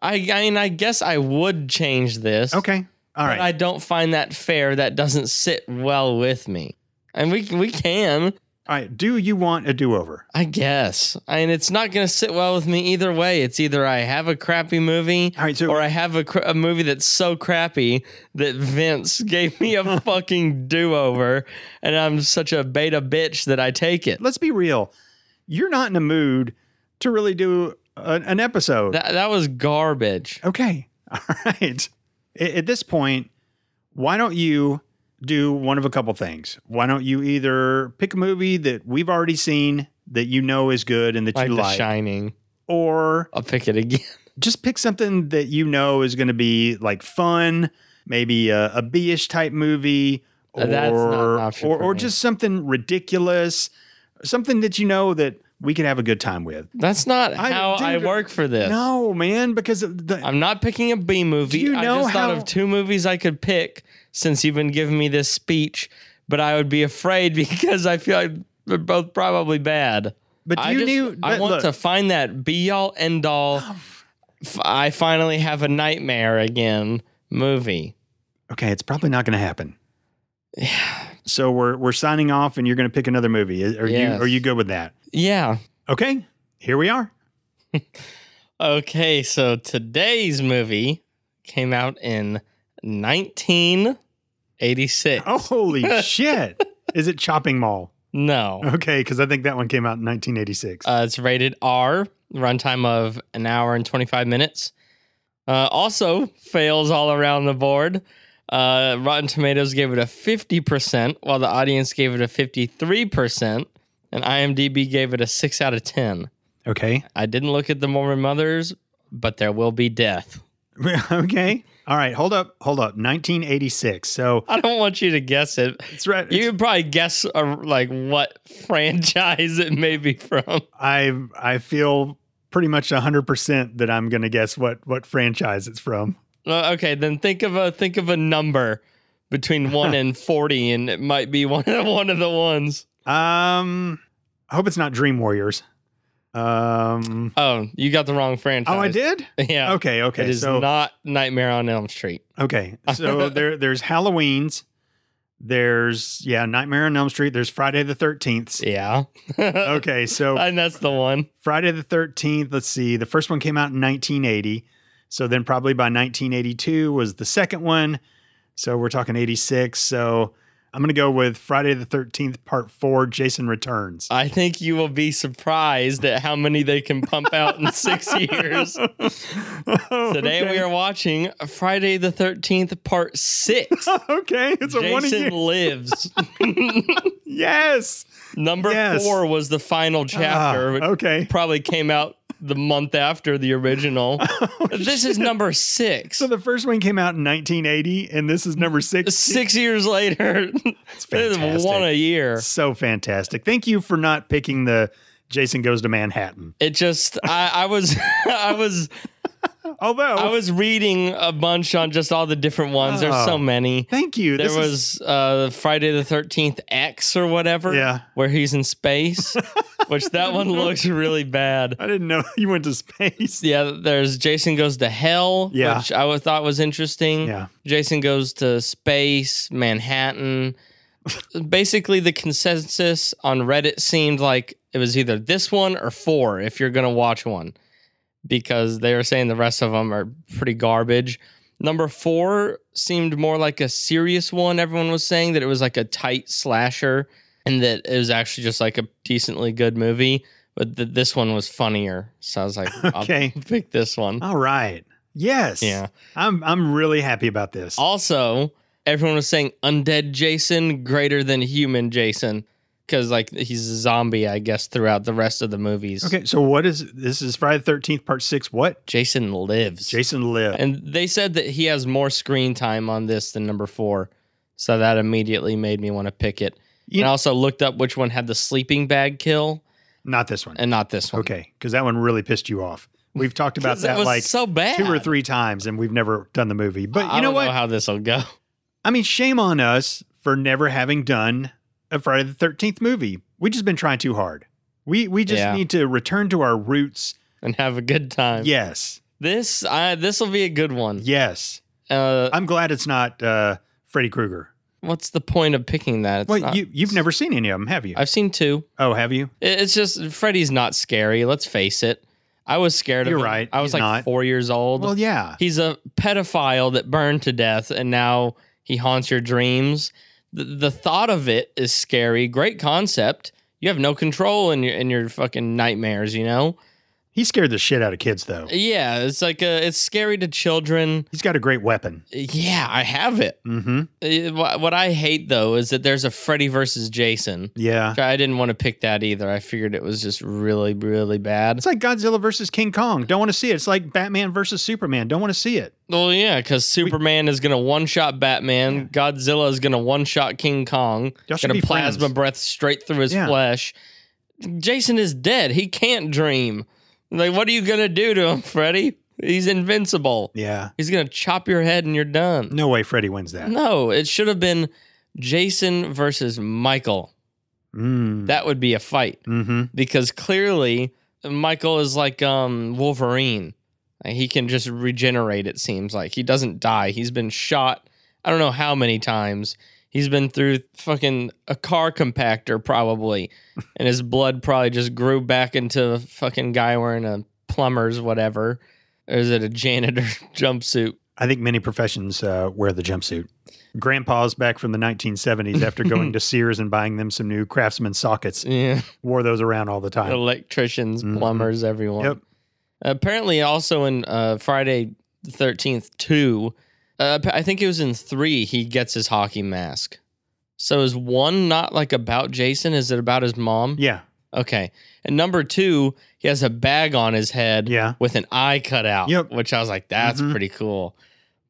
I, I mean, I guess I would change this. Okay. All but right. I don't find that fair. That doesn't sit well with me. And we we can, All right. Do you want a do over? I guess. I mean, it's not going to sit well with me either way. It's either I have a crappy movie All right. So, or I have a, cr- a movie that's so crappy that Vince gave me a fucking do over, and I'm such a beta bitch that I take it. let's be real. You're not in a mood to really do an, an episode. That that was garbage. okay. All right. A- at this point, why don't you do one of a couple things? Why don't you either pick a movie that we've already seen that you know is good and that Like you The like, Shining. or I'll pick it again. just pick something that you know is going to be like fun, maybe a, a B-ish type movie, or Uh, that's not an option or, for or me. just something ridiculous, something that you know that we could have a good time with. That's not I- how I dude, work for this. No, man, because of the, I'm not picking a B Do movie. you know I just thought how- of two movies I could pick since you've been giving me this speech, but I would be afraid because I feel like they're both probably bad. but I you just- knew. I but want look, to find that be all end all. f- I finally have a nightmare again movie. Okay, it's probably not going to happen. So we're we're signing off, and you're going to pick another movie. Are Yes. you are you good with that? Yeah. Okay, here we are. Okay, so today's movie came out in 1986. Oh, holy shit! Is it Chopping Mall? No. Okay, because I think that one came out in 1986. Uh, it's rated R, runtime of an hour and 25 minutes. Uh, also, fails all around the board. Uh, Rotten Tomatoes gave it a 50%, while the audience gave it a 53%, and IMDb gave it a 6 out of 10. okay. I didn't look at the Mormon Mothers, but there will be death. okay. All right. Hold up. Hold up. 1986. So I don't want you to guess it. it's right. You could probably guess uh, like what franchise it may be from. I I feel pretty much 100% that I'm going to guess what what franchise it's from. Uh, okay, then think of a think of a number between one and forty, and it might be one of one of the ones. Um I hope it's not Dream Warriors. Um, Oh, you got the wrong franchise. oh, I did. Yeah. Okay, okay. uh, It is so not Nightmare on Elm Street. okay, so there there's Halloween's. There's yeah, Nightmare on Elm Street. There's Friday the Thirteenth. Yeah. okay. Okay, so And that's the one. Friday the 13th, let's see, the first one came out in 1980. So then probably by 1982 was the second one. So we're talking 86. So I'm going to go with Friday the 13th, part four Jason Returns. I think you will be surprised at how many they can pump out in six years. Oh, Today we are watching Friday the 13th, part six. Okay, it's a one a Jason year. lives. Yes. Number Yes. four was the final chapter, Ah, which okay. probably came out the month after the original. this is number six. Oh, So the first one came out in 1980, and this is number six. six years later, It's there's fantastic. one a year. so fantastic. Thank you for not picking the Jason Goes to Manhattan. It just, I, I was, I was, Although, I was reading a bunch on just all the different ones. There's so Oh. many. thank you. There This is- was uh, Friday the 13th X or whatever, Yeah. where he's in space, which that one looks really bad. I didn't know you went to space. Yeah, there's Jason Goes to Hell, Yeah. which I would- thought was interesting. Yeah. Jason Goes to Space, Manhattan. Basically, the consensus on Reddit seemed like it was either this one or four if you're going to watch one, because they were saying the rest of them are pretty garbage. Number four seemed more like a serious one. Everyone was saying that it was like a tight slasher and that it was actually just like a decently good movie. But th- this one was funnier. So I was like, Okay. I'll pick this one. All right. Yes. Yeah. I'm I'm really happy about this. Also, everyone was saying undead Jason greater than human Jason because like he's a zombie, I guess, throughout the rest of the movies. okay. So what is this is Friday the 13th part 6 what? Jason lives. Jason lived. And they said that he has more screen time on this than number four. So that immediately made me want to pick it. You- and I also looked up which one had the sleeping bag kill Not this one. and not this one. Okay. Cuz that one really pissed you off. We've talked 'Cause about that that was like so bad. two or three times and we've never done the movie. But I you know don't what? how this will go. I mean, shame on us for never having done a Friday the 13th movie. We just been trying too hard. We we just Yeah. Uh, need to return to our roots. And have a good time. Yes. This I this will be a good one. Yes. Uh, I'm glad it's not uh Freddy Krueger. what's the point of picking that? It's Well, not- you you've never seen any of them, have you? I've seen two. oh, have you? It- It's just Freddy's not scary. Let's face it. I was scared You're of him. right, I was he's like not. four years old. Well, yeah. He's a pedophile that burned to death, and now he haunts your dreams. The, the thought of it is scary. Great concept. You have no control in your in your fucking nightmares. You know. He scared the shit out of kids though. Yeah, it's like a, it's scary to children. He's got a great weapon. Yeah, I have it. Mm-hmm. Uh, wh- What I hate though is that there's a Freddy versus Jason. Yeah. I didn't want to pick that either. I figured it was just really, really bad. It's like Godzilla versus King Kong. Don't want to see it. It's like Batman versus Superman. Don't want to see it. Well, yeah, because Superman is gonna one shot Batman. Godzilla is gonna one shot King Kong. Y'all should Gonna be plasma friends. breath straight through his Yeah. flesh. Jason is dead. He can't dream. Like, what are you gonna do to him, Freddy? He's invincible. Yeah. He's gonna chop your head and you're done. No way Freddy wins that. No, it should have been Jason versus Michael. Mm. That would be a fight Mm-hmm. because clearly Michael is like um Wolverine. Like, He can just regenerate it seems like. He doesn't die. He's been shot I don't know how many times. He's been through fucking a car compactor probably and his blood probably just grew back into a fucking guy wearing a plumber's whatever. Or is it a janitor jumpsuit? I think many professions uh, wear the jumpsuit. Grandpa's back from the 1970s after going to Sears and buying them some new Craftsman sockets. Yeah. Wore those around all the time. electricians, Mhm. plumbers, everyone. Yep. Apparently, also in uh, Friday the Thirteenth two, uh, I think it was in three. He gets his hockey mask. So is one not like about Jason? Is it about his mom? Yeah. Okay. And number two, he has a bag on his head Yeah. with an eye cut out. Yep. Which I was like, that's Mhm. pretty cool.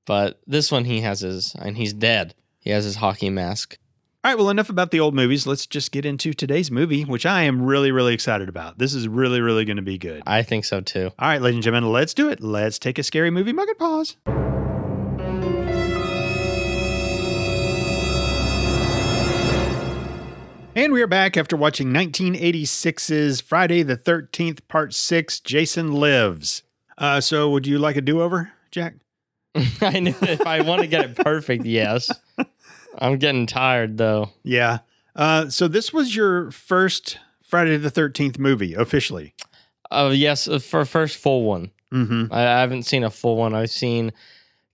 But this one, he has his, and he's dead. He has his hockey mask. All right, well, enough about the old movies. Let's just get into today's movie, which I am really, really excited about. This is really, really going to be good. I think so too. All right, ladies and gentlemen, let's do it. Let's take a scary movie mug and pause. And we are back after watching 1986's Friday the 13th, Part 6 Jason Lives. Uh, so, would you like a do over, Jack? I know if I want to get it perfect, yes. I'm getting tired though. Yeah. Uh, so, this was your first Friday the 13th movie officially. Oh yes, for first full one. Mm-hmm. I, I haven't seen a full one. I've seen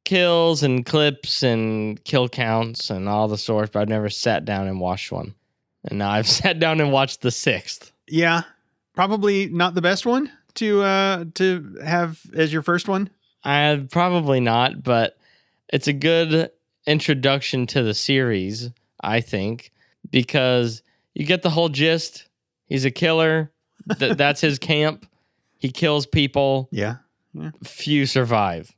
kills and clips and kill counts and all the sorts, but I've never sat down and watched one. And now I've sat down and watched the sixth. Yeah. Probably not the best one to uh, to have as your first one. I probably not, but it's a good introduction to the series, I think, because you get the whole gist. He's a killer. Th- that's his camp. He kills people. Yeah. Few survive.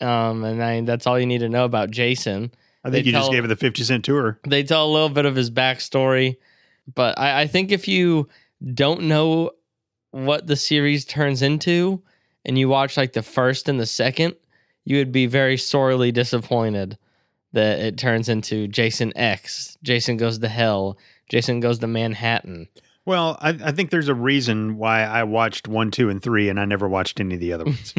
Um, and I, that's all you need to know about Jason. I think They you just tell- gave it the 50 cent tour. They tell a little bit of his backstory, but I, I think if you don't know what the series turns into and you watch like the first and the second, you would be very sorely disappointed that it turns into Jason X, Jason goes to hell, Jason goes to Manhattan. Well, I, I think there's a reason why I watched one, two, and three, and I never watched any of the other ones.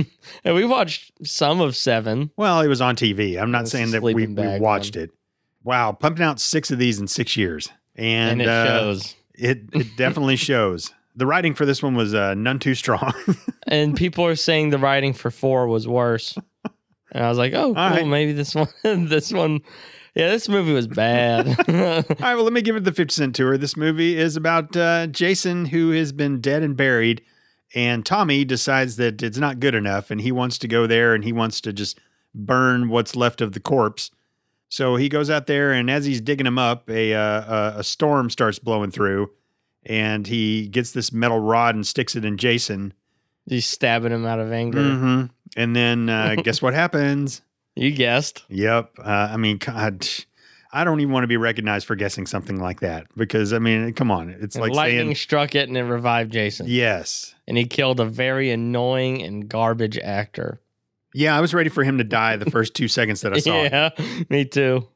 And we watched some of seven. well, it was on TV. I'm not It's a saying that we, sleeping we bag watched it. Wow, pumping out six of these in six years, and, And, it uh, shows. It it definitely shows. The writing for this one was uh, none too strong. And people are saying the writing for four was worse. And I was like, oh, cool, right. maybe this one, this one, yeah, this movie was bad. All right, well, let me give it the 50 Cent tour. This movie is about uh, Jason, who has been dead and buried, and Tommy decides that it's not good enough, and he wants to go there and he wants to just burn what's left of the corpse. So he goes out there, and as he's digging him up, a uh, a, a storm starts blowing through, and he gets this metal rod and sticks it in Jason. He's stabbing him out of anger. Mm-hmm. And then uh, guess what happens? You guessed. Yep. Uh, I mean, God, I don't even want to be recognized for guessing something like that because I mean, come on, it's And like lightning saying struck it and it revived Jason. yes. And he killed a very annoying and garbage actor. Yeah, I was ready for him to die the first two seconds that I saw. it. yeah, me too.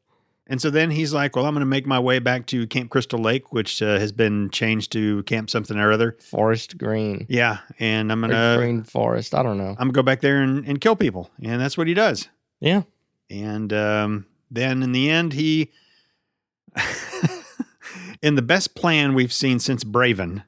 And so then he's like, "Well, I'm going to make my way back to Camp Crystal Lake, which uh, has been changed to Camp something or other." Forest Green. Yeah, and uh, I'm Or going to green Forest. I don't know. I'm going to go back there and, and kill people, and that's what he does. Yeah. And um, then in the end, he, in the best plan we've seen since Braven,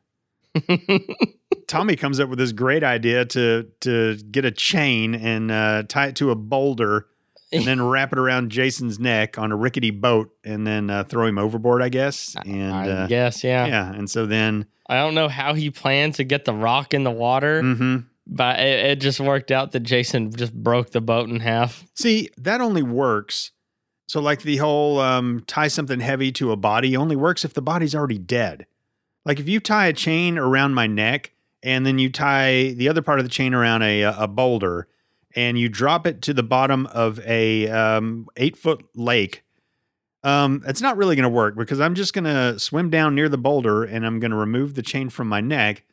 Tommy comes up with this great idea to to get a chain and uh, tie it to a boulder and then wrap it around Jason's neck on a rickety boat and then uh, throw him overboard, I guess. And I uh, guess, yeah. yeah, and so then, I don't know how he planned to get the rock in the water, mhm. but it, it just worked out that Jason just broke the boat in half. see that only works. So like the whole um, tie something heavy to a body only works if the body's already dead. Like if you tie a chain around my neck and then you tie the other part of the chain around a uh, a boulder and you drop it to the bottom of a um, eight foot lake, um, it's not really going to work because I'm just going to swim down near the boulder and I'm going to remove the chain from my neck.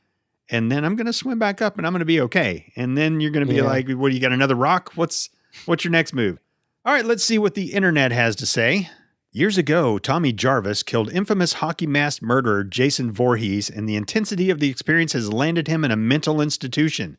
And then I'm gonna swim back up, and I'm gonna be okay. And then you're gonna be Yeah. like, "What? You got another rock? What's what's your next move?" All right, let's see what the internet has to say. Years ago, Tommy Jarvis killed infamous hockey mask murderer Jason Voorhees, and the intensity of the experience has landed him in a mental institution.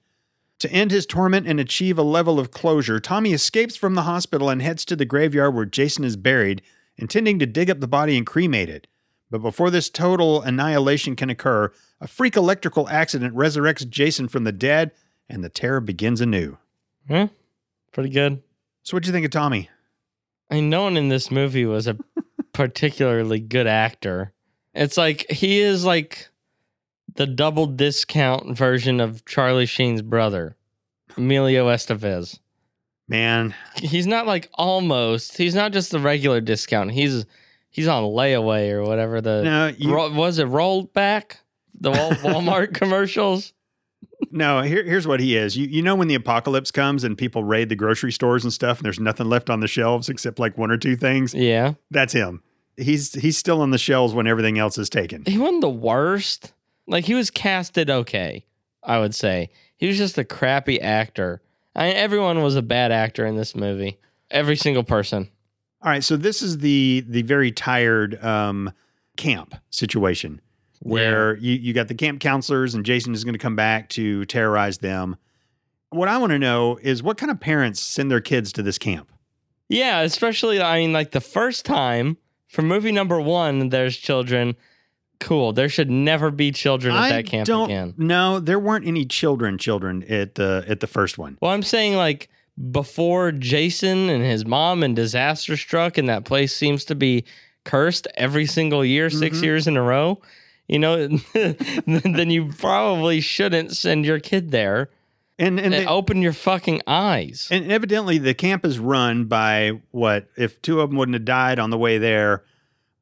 To end his torment and achieve a level of closure, Tommy escapes from the hospital and heads to the graveyard where Jason is buried, intending to dig up the body and cremate it. But before this total annihilation can occur, a freak electrical accident resurrects Jason from the dead, and the terror begins anew. Yeah, pretty good. So, what do you think of Tommy? I mean, no one in this movie was a particularly good actor. It's like he is like the double discount version of Charlie Sheen's brother, Emilio Estevez. Man, He's not like almost. He's not just the regular discount. He's he's on layaway or whatever the no, you, Ro- was it rolled back the Wal- Walmart commercials. No, here, here's what he is. You, you know when the apocalypse comes and people raid the grocery stores and stuff, and there's nothing left on the shelves except like one or two things. Yeah, That's him. He's he's still on the shelves when everything else is taken. he wasn't the worst. Like he was casted okay, I would say. He was just a crappy actor. I everyone was a bad actor in this movie. Every single person. All right, so this is the the very tired um, camp situation where you, you got the camp counselors and Jason is going to come back to terrorize them. What I want to know is what kind of parents send their kids to this camp? Yeah, especially I mean, like the first time for movie number one, there's children. Cool. There should never be children at that camp don't again. No, there weren't any children children at the at the first one. Well, I'm saying like before Jason and his mom and disaster struck, and that place seems to be cursed every single year, 6 Mhm. years in a row. You know, then you probably shouldn't send your kid there. And and And they, open your fucking eyes. and evidently the camp is run by what if two of them wouldn't have died on the way there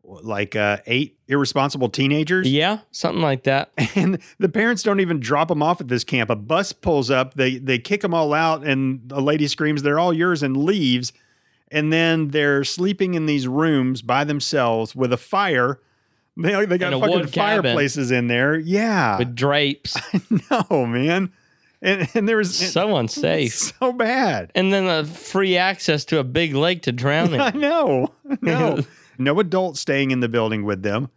like uh, eight irresponsible teenagers yeah, something like that. and the parents don't even drop them off at this camp. A bus pulls up, they they kick them all out, and a lady screams, "They're all yours!" and leaves. And then they're sleeping in these rooms by themselves with a fire. They they got And a fucking wood cabin. fireplaces in there. Yeah, With drapes, no man, and and there was so unsafe. so bad. and then uh, free access to a big lake to drown I in. know, no, no adult staying in the building with them.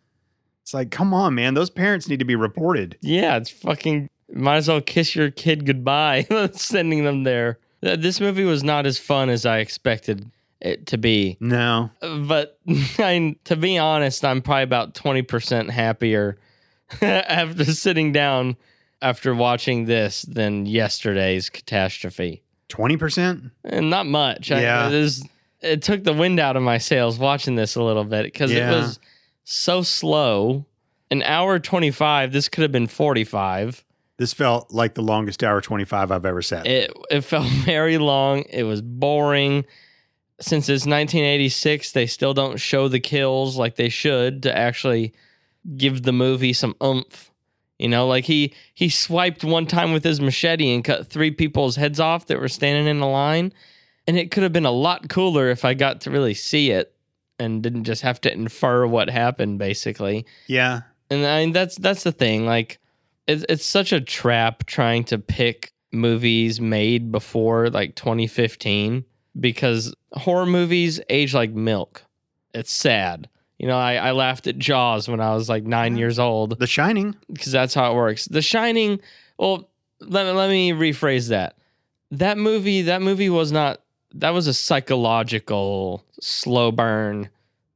It's like, come on, man, those parents need to be reported. yeah, it's fucking. Might as well kiss your kid goodbye, sending them there. Th- This movie was not as fun as I expected it to be. No, Uh, But I, to be honest, I'm probably about 20% happier after sitting down after watching this than yesterday's catastrophe. twenty percent. And not much. Yeah. I, it, is, it took the wind out of my sails watching this a little bit because Yeah. it was so slow. An hour 25, this could have been 45. This felt like the longest hour 25 I've ever sat. It, it felt very long. It was boring. Since it's 1986, they still don't show the kills like they should to actually give the movie some oomph. You know, like he he swiped one time with his machete and cut three people's heads off that were standing in a line, and it could have been a lot cooler if I got to really see it and didn't just have to infer what happened basically yeah. and I mean that's that's the thing. Like, it's it's such a trap trying to pick movies made before like 2015 because horror movies age like milk. It's sad. You know, I, I laughed at Jaws when I was like nine years old The Shining. because that's how it works. The Shining. Well, let me, let me rephrase that. That movie. That movie was not. That was a psychological slow burn,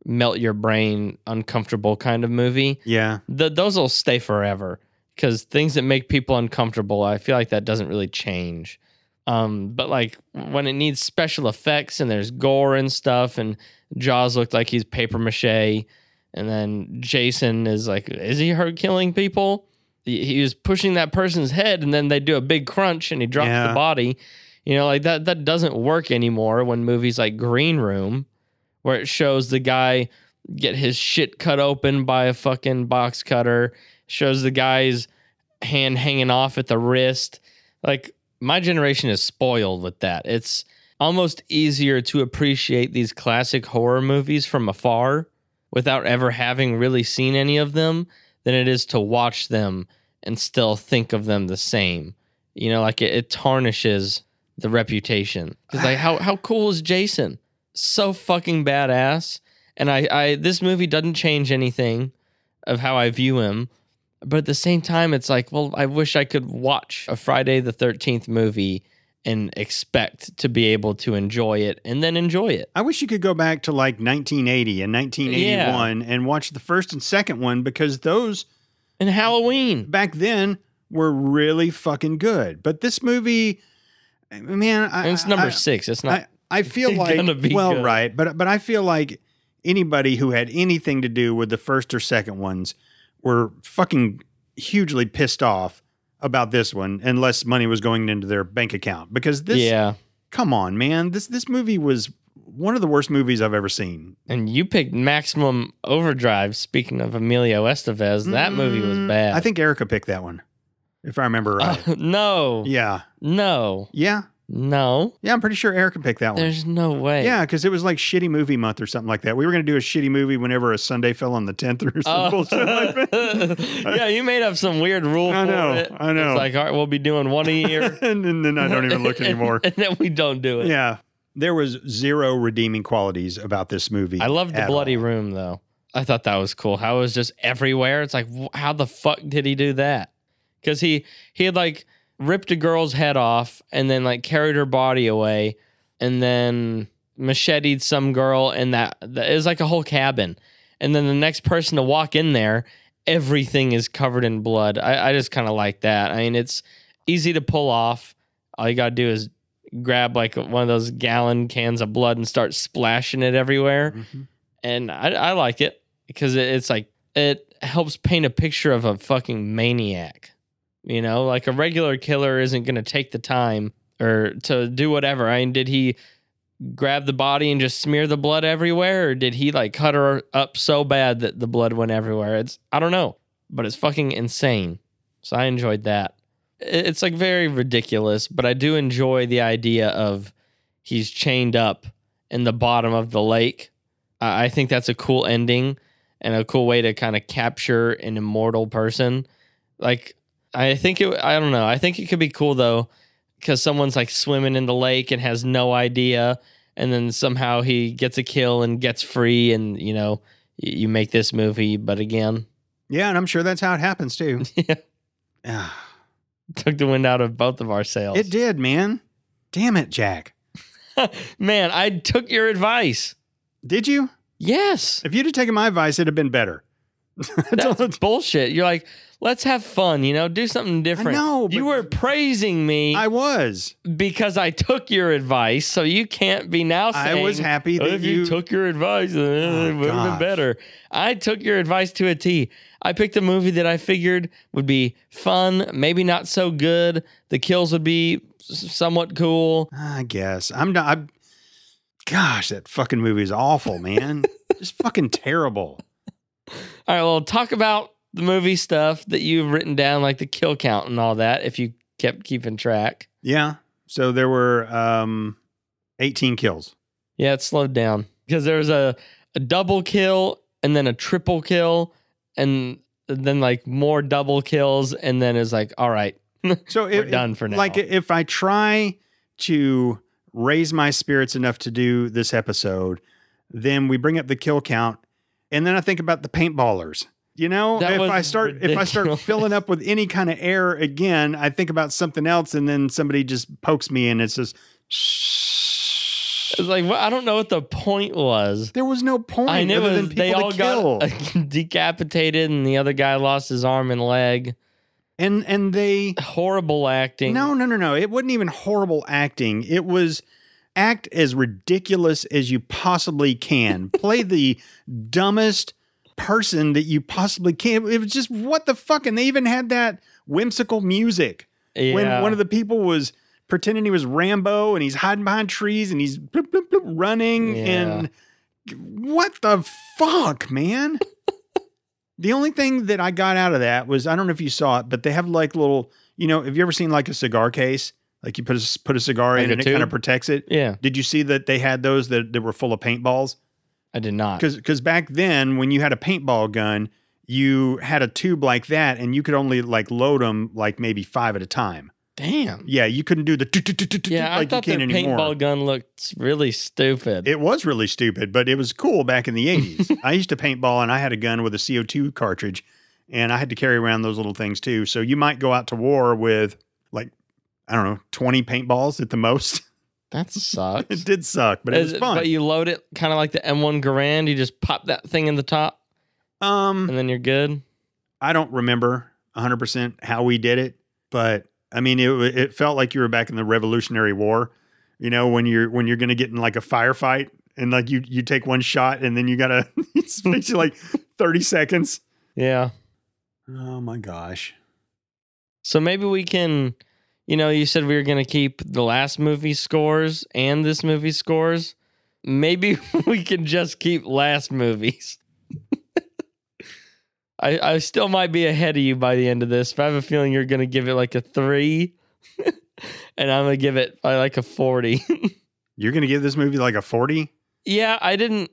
melt your brain, uncomfortable kind of movie Yeah. th- those will stay forever because things that make people uncomfortable i feel like that doesn't really change um, but like when it needs special effects and there's gore and stuff and jaws looked like he's paper mache and then jason is like is he hurt killing people he he was pushing that person's head and then they do a big crunch and he drops Yeah. the body you know like that that doesn't work anymore when movies like green room where it shows the guy get his shit cut open by a fucking box cutter. Shows the guy's hand hanging off at the wrist. Like my generation is spoiled with that. It's almost easier to appreciate these classic horror movies from afar without ever having really seen any of them than it is to watch them and still think of them the same. You know, like it, it tarnishes the reputation. Because like how how cool is Jason? So fucking badass. And I, I this movie doesn't change anything of how I view him. But at the same time, it's like, well, I wish I could watch a Friday the thirteenth movie and expect to be able to enjoy it and then enjoy it. I wish you could go back to like 1980 and 1981 and watch the first and second one because those And Halloween. back then were really fucking good. But this movie, man, I, And it's number I, six. It's not I, I feel like, gonna be well, good. right. But, but I feel like anybody who had anything to do with the first or second ones were fucking hugely pissed off about this one unless money was going into their bank account because this Yeah. come on, man. This this movie was one of the worst movies I've ever seen. And you picked Maximum Overdrive. Speaking of Emilio Estevez, that movie was Mm, bad. I think Erica picked that one, if I remember right. Uh, no, yeah, no, yeah, no. yeah. I'm pretty sure Erica picked that one. There's no way. Yeah, because it was like shitty movie month or something like that. We were gonna do a shitty movie whenever a Sunday fell on the tenth or some Oh. bullshit like that. yeah, you made up some weird rule I for know, it. I know. It's like, all right, we'll be doing one a year. and, then- then I don't even look anymore. and then we don't do it. yeah, there was zero redeeming qualities about this movie. I love the at bloody all. room though. I thought that was cool. How it was just everywhere. It's like, wh- how the fuck did he do that? Because he he had like ripped a girl's head off and then like carried her body away and then macheted some girl and that, that it was like a whole cabin. And then the next person to walk in there, everything is covered in blood. I, I just kind of like that. I mean, it's easy to pull off. All you gotta do is grab like one of those gallon cans of blood and start splashing it everywhere and I, I like it because it, it's like it helps paint a picture of a fucking maniac. You know, like a regular killer isn't going to take the time or to do whatever. I mean, did he grab the body and just smear the blood everywhere, or did he like cut her up so bad that the blood went everywhere? It's I don't know, but it's fucking insane. So I enjoyed that. It- It's like very ridiculous, but I do enjoy the idea of he's chained up in the bottom of the lake I I think that's a cool ending and a cool way to kind of capture an immortal person. Like, I think it, I don't know. I think it could be cool though, because someone's like swimming in the lake and has no idea. And then somehow he gets a kill and gets free. And, you know, y- you make this movie. But again, Yeah, and I'm sure that's how it happens too. Yeah. Ah, took the wind out of both of our sails. it did, man. Damn it, Jack. Man, I took your advice. Did you? Yes. If you'd have taken my advice, it'd have been better. I That's don't- bullshit. You're like, let's have fun, you know, do something different. know, you but- were praising me. I was. because I took your advice, so you can't be now I saying was happy "Oh, that if you, you- Oh, took your advice, uh, it would have gosh. been better. I took your advice to a T. I picked a movie that I figured would be fun, maybe not so good. The kills would be s- somewhat cool. I guess I'm not. I'm, gosh, that fucking movie is awful, man. it's fucking terrible. All right, well, talk about the movie stuff that you've written down, like the kill count and all that, if you kept keeping track. Yeah. So there were um, 18 kills. Yeah, it slowed down because there was a, a double kill and then a triple kill and then like more double kills and then it's like, all right, So we're it, it- done for now. Like if I try to raise my spirits enough to do this episode, then we bring up the kill count, and then I think about the paintballers. You know, That if was I start if I start ridiculous. filling up with any kind of air again, I think about something else, and then somebody just pokes me, and it's just. it's like well, I don't know what the point was. There was no point. I knew other it than was, people they to kill. all got decapitated and the other guy lost his arm and leg. and and they Horrible acting. No, no, no, no. It wasn't even horrible acting. It was act as ridiculous as you possibly can. Play the dumbest person that you possibly can. It was just what the fuck. And they even had that whimsical music yeah. when one of the people was pretending he was Rambo and he's hiding behind trees and he's bloop, bloop, bloop, running Yeah. and what the fuck, man? the only thing that I got out of that was I don't know if you saw it, but they have like little, you know, have you ever seen like a cigar case? Like you put a, put a cigar Like in a and it kind of tube? protects it. yeah, Did you see that they had those that, that were full of paintballs? I did not. Because because back then, when you had a paintball gun, you had a tube like that, and you could only like load them like maybe five at a time. Damn. Yeah, you couldn't do the do- do- do- do- do Yeah, I like you thought the can anymore. paintball gun looked really stupid. It was really stupid, but it was cool back in the 80s. I used to paintball and I had a gun with a CO2 cartridge and I had to carry around those little things too. So you might go out to war with like, I don't know, 20 paintballs at the most. that sucks. it did suck, but it was Is- fun. But you load it kind of like the M1 Garand. You just pop that thing in the top, um, and then you're good. I don't remember 100% how we did it, but I mean, it, wa- it felt like you were back in the Revolutionary War, you know, when you're when you're going to get in like a firefight and like you you take one shot and then you got to it's basically like 30 seconds. Yeah. Oh my gosh. So maybe we can, you know, you said we were gonna keep the last movie scores and this movie scores. Maybe we can just keep last movies. I I still might be ahead of you by the end of this, but I have a feeling you're gonna give it like a three, and I'm gonna give it uh, like a forty. You're going to give this movie like a 40? yeah, I didn't.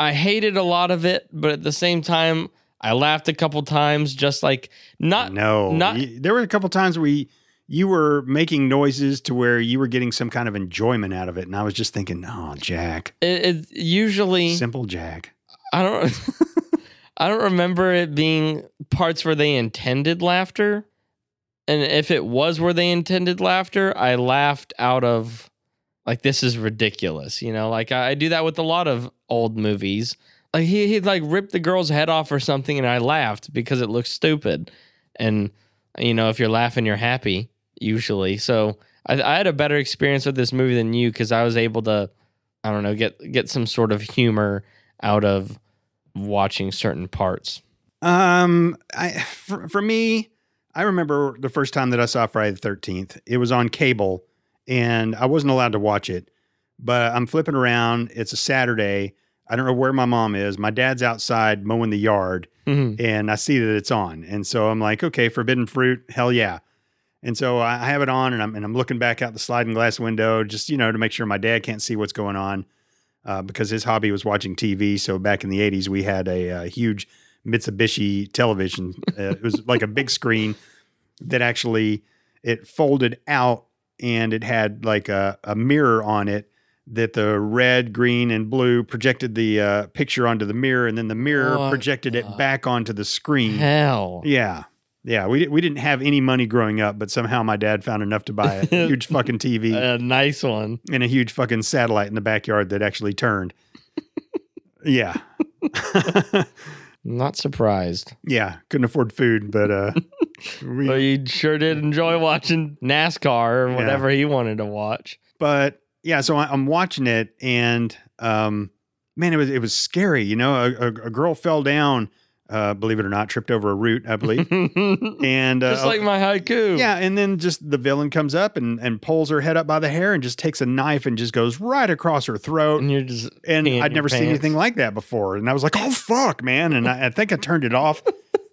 I hated a lot of it, but at the same time, I laughed a couple times. Just like not, no. Uh, not- You- there were a couple times we you were making noises to where you were getting some kind of enjoyment out of it and I was just thinking, "Oh, Jack. it, it usually Simple Jack." I don't. I don't remember it being parts where they intended laughter. And if it was where they intended laughter, I laughed out of like this is ridiculous. You know, like I, I do that with a lot of old movies. Like he he like ripped the girl's head off or something, and I laughed because it looks stupid. And you know, if you're laughing, you're happy usually. So I, I had a better experience with this movie than you because I was able to, I don't know, get get some sort of humor out of watching certain parts. Um, I for, for me, I remember the first time that I saw Friday the Thirteenth. It was on cable, and I wasn't allowed to watch it. But I'm flipping around. It's a Saturday. I don't know where my mom is. My dad's outside mowing the yard, Mhm. and I see that it's on. And so I'm like, okay, Forbidden Fruit, hell yeah. And so I I have it on, and I'm and I'm looking back out the sliding glass window, just you know, to make sure my dad can't see what's going on, uh, because his hobby was watching TV. So back in the '80s, we had a, uh huge Mitsubishi television. Uh, it was like a big screen that actually it folded out, and it had like a, a mirror on it that the red, green, and blue projected the uh, picture onto the mirror, and then the mirror What projected it the- back onto the screen. Hell. Yeah. Yeah. We, we didn't have any money growing up, but somehow my dad found enough to buy a huge fucking TV A nice one. and a huge fucking satellite in the backyard that actually turned. yeah. Not surprised. yeah. Couldn't afford food, but uh, we, Well, you sure did enjoy watching NASCAR or Yeah. whatever he wanted to watch. but yeah, so I, I'm watching it, and um, man, it was it was scary. You know, a, a, a girl fell down, uh, believe it or not, tripped over a root, I believe, Just and uh, like my haiku. yeah, and then just the villain comes up and and pulls her head up by the hair and just takes a knife and just goes right across her throat. And you're just And In I'd your never seen Mm-hmm. pants. anything like that before, and I was like, "Oh fuck, man!" And I, I think I turned it off,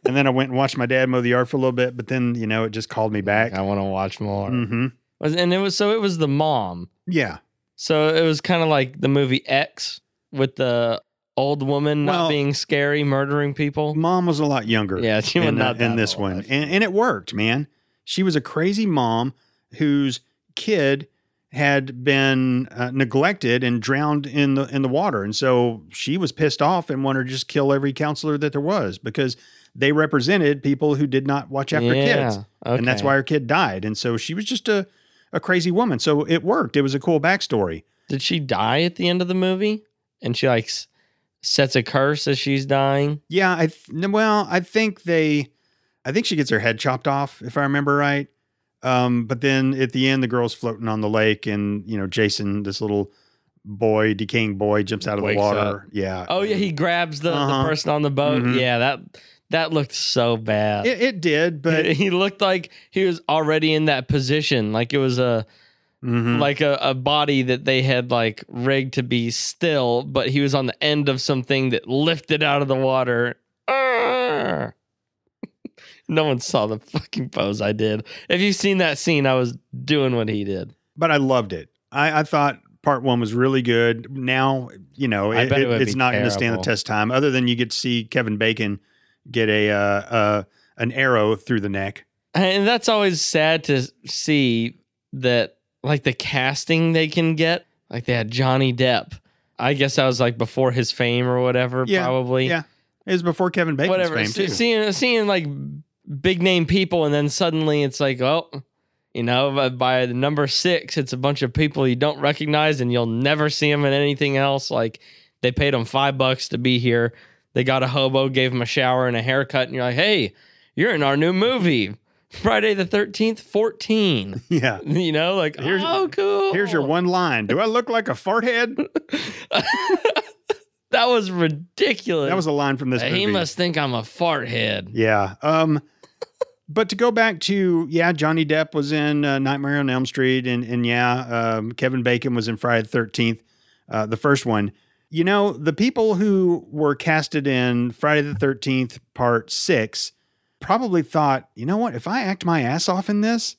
and then I went and watched my dad mow the yard for a little bit, but then you know it just called me back. I want to watch more. hmm Was- And it was so it was the mom. Yeah, So it was kind of like the movie X with the old woman Well- not being scary, murdering people. mom was a lot younger. Yeah, she was in, not in that this old, I one. feel uh, And, and it worked, man. She was a crazy mom whose kid had been uh, neglected and drowned in the in the water, and so she was pissed off and wanted to just kill every counselor that there was because they represented people who did not watch after kids, and that's okay. why her kid died. And so she was just a a crazy woman. So it worked. It was a cool backstory. Did she die at the end of the movie? And she like s- sets a curse as she's dying. Yeah, I th- no, well, I think they, I think she gets her head chopped off if I remember right. Um, but then at the end, the girl's floating on the lake, and you know Jason, this little boy, decaying boy, jumps out of the Wakes water. up. Yeah. Oh yeah, he grabs the, Uh-huh. the person on the boat. Mhm. Yeah, that that looked so bad. It, it did, but he looked like he was already in that position, like it was a Mhm. like a, a body that they had like rigged to be still, but he was on the end of something that lifted out of the water. Arr! no one saw the fucking pose I did. If you've seen that scene, I was doing what he did. but I loved it. I, I thought part one was really good. Now you know I it, bet it it- would it's be not going to stand the terrible. test of time, other than you get to see Kevin Bacon get a uh, uh, an arrow through the neck. And that's always sad to see that like the casting they can get. Like they had Johnny Depp. I guess I was like before his fame or whatever, Yeah, probably. yeah, It was before Kevin Bacon's whatever. fame See- too. Seeing seeing like big name people, and then suddenly it's like, oh, you know, by, by the number six, it's a bunch of people you don't recognize, and you'll never see them in anything else. Like they paid them five bucks to be here. They got a hobo, gave him a shower and a haircut, and you're like, hey, you're in our new movie, Friday the Thirteenth, fourteen. yeah. You know, like Here's- oh, cool. Here's your one line. Do I look like a fart head? That was ridiculous. That was a line from this movie. he must think I'm a fart head. Yeah. Um, but to go back to yeah, Johnny Depp was in uh, Nightmare on Elm Street, and and yeah, um, Kevin Bacon was in Friday the Thirteenth, uh, the first one. You know, the people who were casted in Friday the Thirteenth Part Six probably thought, you know what? If I act my ass off in this,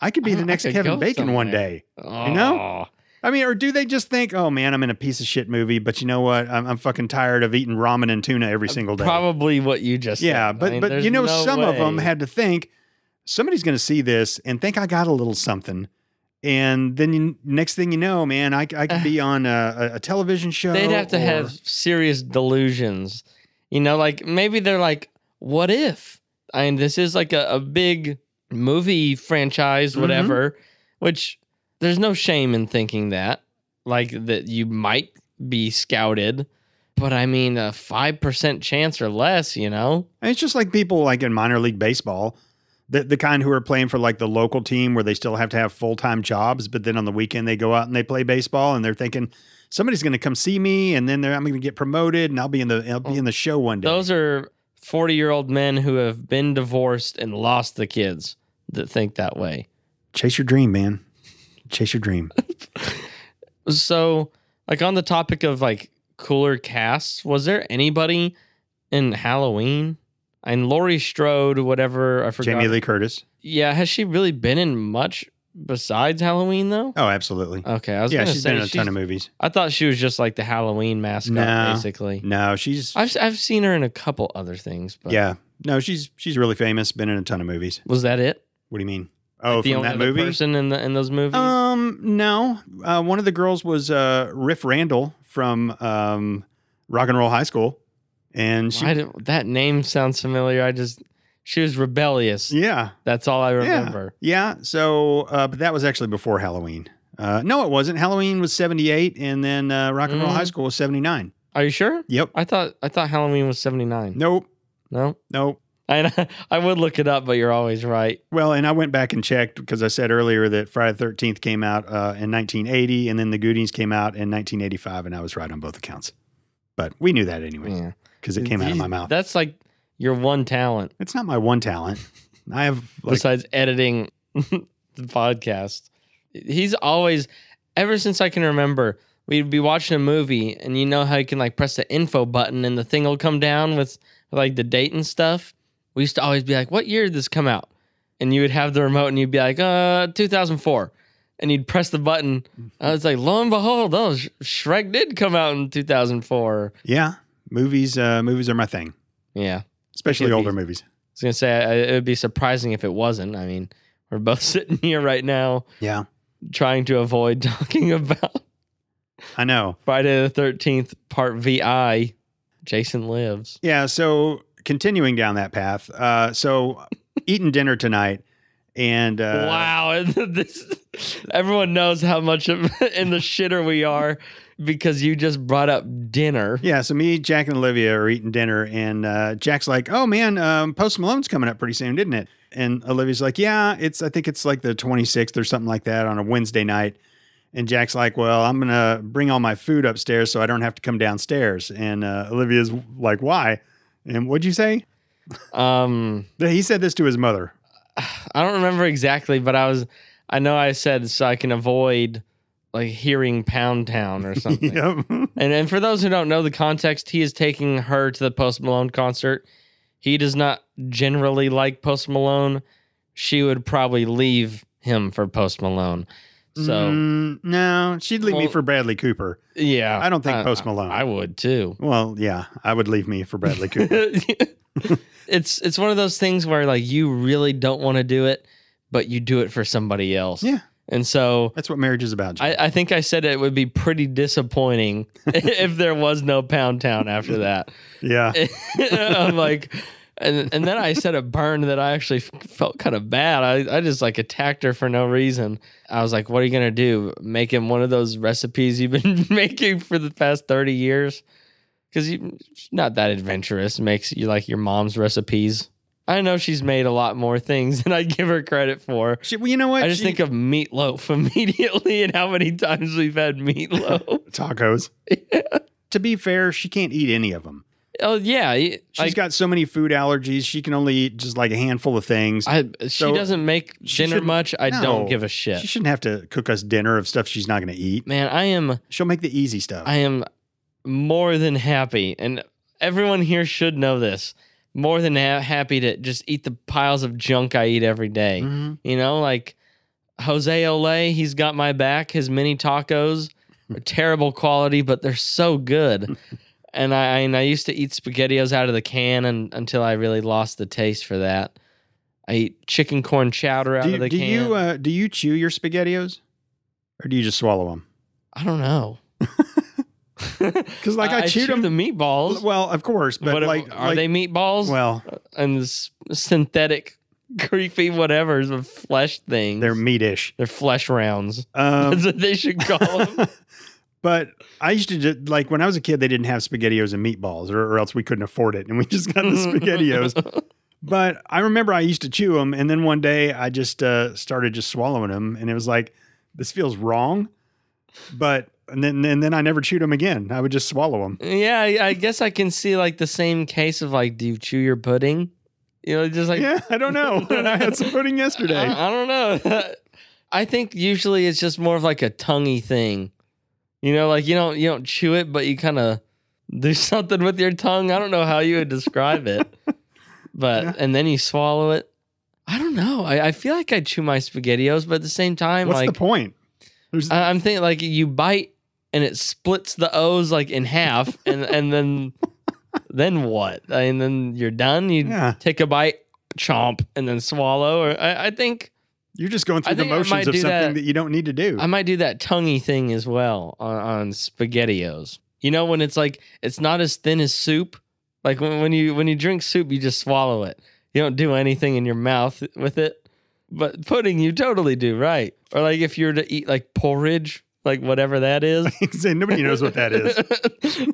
I could be I- the I next could Kevin go Bacon one somewhere." day. Oh. know? I mean, or do they just think, oh man, I'm in a piece of shit movie, but you know what? I'm, I'm fucking tired of eating ramen and tuna every single day. Uh, Probably what you just Yeah, said. I but mean, but there's you know, no some of them way. had to think somebody's going to see this and think I got a little something, and then you, next thing you know, man, I I could be on a, a, a television show. They'd have to or- have serious delusions. You know, like maybe they're like, what if? I mean, this is like a, a big movie franchise, Mhm. whatever, which there's no shame in thinking that, like that you might be scouted. But I mean, a 5% chance or less, you know? And it's just like people like in minor league baseball, the the kind who are playing for like the local team where they still have to have full time jobs, but then on the weekend they go out and they play baseball, and they're thinking somebody's going to come see me, and then they're, I'm going to get promoted, and I'll be in the I'll be in the show one day. Those are 40 year old men who have been divorced and lost the kids that think that way. Chase your dream, man. Chase your dream. so like on the topic of like cooler casts was there anybody in halloween and Laurie Strode, whatever I forgot. Jamie Lee Curtis. Yeah, has she really been in much besides Halloween though? Oh, absolutely. Okay, I was yeah, gonna she's say been in a she's- ton of movies. I thought she was just like the Halloween mascot, No. basically. No, she's I've I've seen her in a couple other things, but yeah. No, she's she's really famous. Been in a ton of movies. was that it? What do you mean? Oh, the from only that other movie. person in the in those movies. Um, no. Uh, one of the girls was uh, Riff Randall from um, Rock and Roll High School, and she, Why do- that name sounds familiar. I just she was rebellious. yeah, That's all I Yeah. remember. yeah. So, uh, but that was actually before Halloween. Uh, no, it wasn't. Halloween was seventy eight, and then uh, Rock and Roll Mm. High School was seventy nine. Are you sure? Yep. I thought I thought Halloween was seventy nine. Nope. No, Nope. I I would look it up, but you're always right. Well, and I went back and checked because I said earlier that Friday the Thirteenth came out uh, in nineteen eighty, and then The Goonies came out in nineteen eighty five, and I was right on both accounts. But we knew that anyway Yeah, because it came out of my mouth. That's like your one talent It's not my one talent. I have like besides editing the podcast. He's always, ever since I can remember, we'd be watching a movie, and you know how you can like press the info button, and the thing will come down with like the date and stuff. We used to always be like, "What year did this come out?" And you would have the remote, and you'd be like, "Uh, 2004." And you'd press the button. I was like, lo and behold, oh, Sh- Shrek did come out in 2004. yeah, movies. Uh, movies are my thing, Yeah. I especially Yeah, older these- movies. was going to say, I, it would be surprising if it wasn't. I mean, we're both sitting here right now Yeah, trying to avoid talking about I know. Friday the 13th, part VI. Jason lives. Yeah. So continuing down that path. Uh, so eating dinner tonight, and uh, wow. this, everyone knows how much of, in the shitter we are because you just brought up dinner. Yeah, so me, Jack, and Olivia are eating dinner, and uh, Jack's like, "Oh man, um, Post Malone's coming up pretty soon, didn't it?" And Olivia's like, "Yeah, it's I think it's like the 26th or something like that on a Wednesday night." And Jack's like, "Well, I'm gonna bring all my food upstairs so I don't have to come downstairs." And uh, Olivia's like, "Why?" And what'd you say? Um, He said this to his mother. I don't remember exactly, but I was, I know I said so I can avoid like hearing Pound Town or something. Yep. And and for those who don't know the context, he is taking her to the Post Malone concert. He does not generally like Post Malone. She would probably leave him for Post Malone. So Mm, no, she'd leave me Well- for Bradley Cooper. yeah, I don't think Post Malone. I would too. well, yeah, I would leave me for Bradley Cooper. it's it's one of those things where like you really don't want to do it, but you do it for somebody else. Yeah. And so That's what marriage is about. Jack. I, I think I said it would be pretty disappointing if there was no Pound Town after that. yeah. I'm like, and, and then I said a burn that I actually f- felt kind of bad. I, I just like attacked her for no reason. I was like, what are you going to do? Make him one of those recipes you've been making for the past 30 years? Because she's not that adventurous. Makes you like your mom's recipes. I know she's made a lot more things than I give her credit for. She, well, you know what? I just She- think of meatloaf immediately and how many times we've had meatloaf. tacos. To be fair, she can't eat any of them. oh, yeah. y- She's like, got so many food allergies. She can only eat just like a handful of things. I, she So- doesn't make She dinner shouldn't- much. I No. don't give a shit. she shouldn't have to cook us dinner of stuff she's not going to eat. Man, I am She'll make the easy stuff. I am more than happy, and everyone here should know this. More than ha- happy to just eat the piles of junk I eat every day. Mhm. You know, like Jose Olay, he's got my back. His mini tacos are terrible quality, but they're so good. And I, I, and I used to eat spaghettios out of the can, and until I really lost the taste for that. I eat chicken corn chowder out Do, of the do can. you uh, do you chew your spaghettios, or do you just swallow them? I don't know. Because like I, chewed them. chew the meatballs. well, of course, but What- like, are like- they meatballs? Well, and this synthetic, creepy whatever's of flesh things. they're meatish. They're flesh rounds. Um, That's what they should call them. but I used to just, like when I was a kid, they didn't have spaghettios and meatballs, or, or else we couldn't afford it, and we just got the spaghettios. But I remember I used to chew them, and then one day I just uh, started just swallowing them, and it was like this feels wrong. But and then and then I never chewed them again. I would just swallow them. yeah, I I guess I can see like the same case of like, do you chew your pudding? You know, just like yeah, I don't know. and I had some pudding yesterday. I, I don't know. I think usually it's just more of like a tonguey thing. You know, like you don't you don't chew it, but you kind of do something with your tongue. I don't know how you would describe it, but Yeah. and then you swallow it. I don't know. I, I feel like I chew my spaghettios, but at the same time, What's like the point? There's, I- I'm thinking like you bite and it splits the O's like in half, and and then then what? and then you're done. You yeah, take a bite, chomp, and then swallow. Or I, I think you're just going through I the think I might motions of do something that, that- you don't need to do. I might do that tonguey thing as well on, on spaghettios. You know when it's like it's not as thin as soup. Like when, when you when you drink soup, you just swallow it. You don't do anything in your mouth with it. But pudding, you totally do, right? Or like if you were to eat like porridge, like whatever that is. Nobody knows what that is.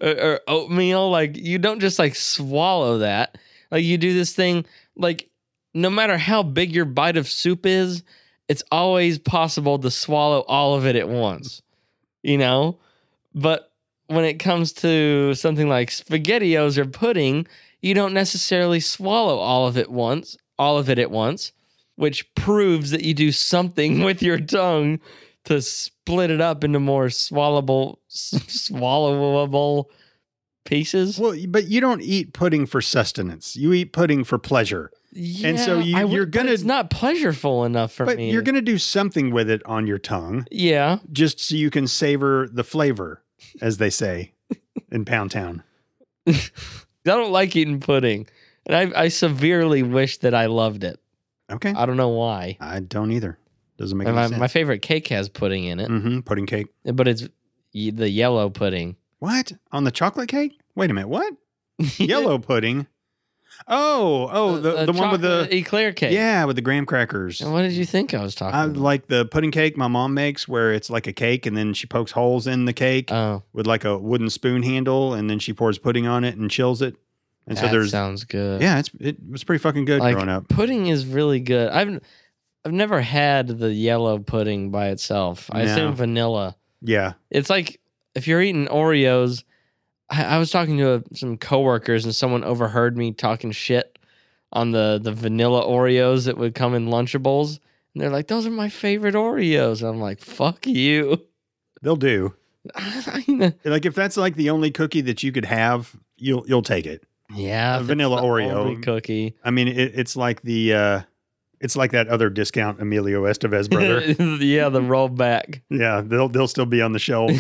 or, or oatmeal. Like you don't just like swallow that. Like you do this thing. Like no matter how big your bite of soup is, it's always possible to swallow all of it at once. You know, but when it comes to something like spaghettios or pudding, you don't necessarily swallow all of it once. All of it at once. Which proves that you do something with your tongue to split it up into more swallowable s- swallowable pieces. Well, but you don't eat pudding for sustenance. You eat pudding for pleasure. and so you- I would- you're but gonna- it's not pleasureful enough for But me. you're going to do something with it on your tongue yeah. just so you can savor the flavor, as they say in Pound Town. I don't like eating pudding, and I I severely wish that I loved it. Okay. I don't know why. I don't either. Doesn't make Uh, And any my, sense. my favorite cake has pudding in it, hmm Pudding cake. but it's y- the yellow pudding. What? On the chocolate cake? Wait a minute. What? Yellow pudding? Oh, oh, the, the, one with the. Uh, chocolate eclair cake. Yeah, with the graham crackers. And What did you think I was talking? I about? like the pudding cake my mom makes where it's like a cake and then she pokes holes in the cake oh, with like a wooden spoon handle and then she pours pudding on it and chills it. And so that there's sounds good. Yeah, it's it was pretty fucking good Like- growing up. pudding is really good. I've I've never had the yellow pudding by itself. I No. assume vanilla. Yeah. It's like if you're eating Oreos. I, I was talking to a, some coworkers and someone overheard me talking shit on the the vanilla Oreos that would come in Lunchables. And they're like, "Those are my favorite Oreos." And I'm like, "Fuck you." They'll do. yeah, Like if that's like the only cookie that you could have, you'll you'll take it. A if it's vanilla the Oreo. only cookie. I mean, it, it's like the uh it's like that other discount Emilio Estevez brother. yeah, the rollback. yeah, they'll they'll still be on the shelf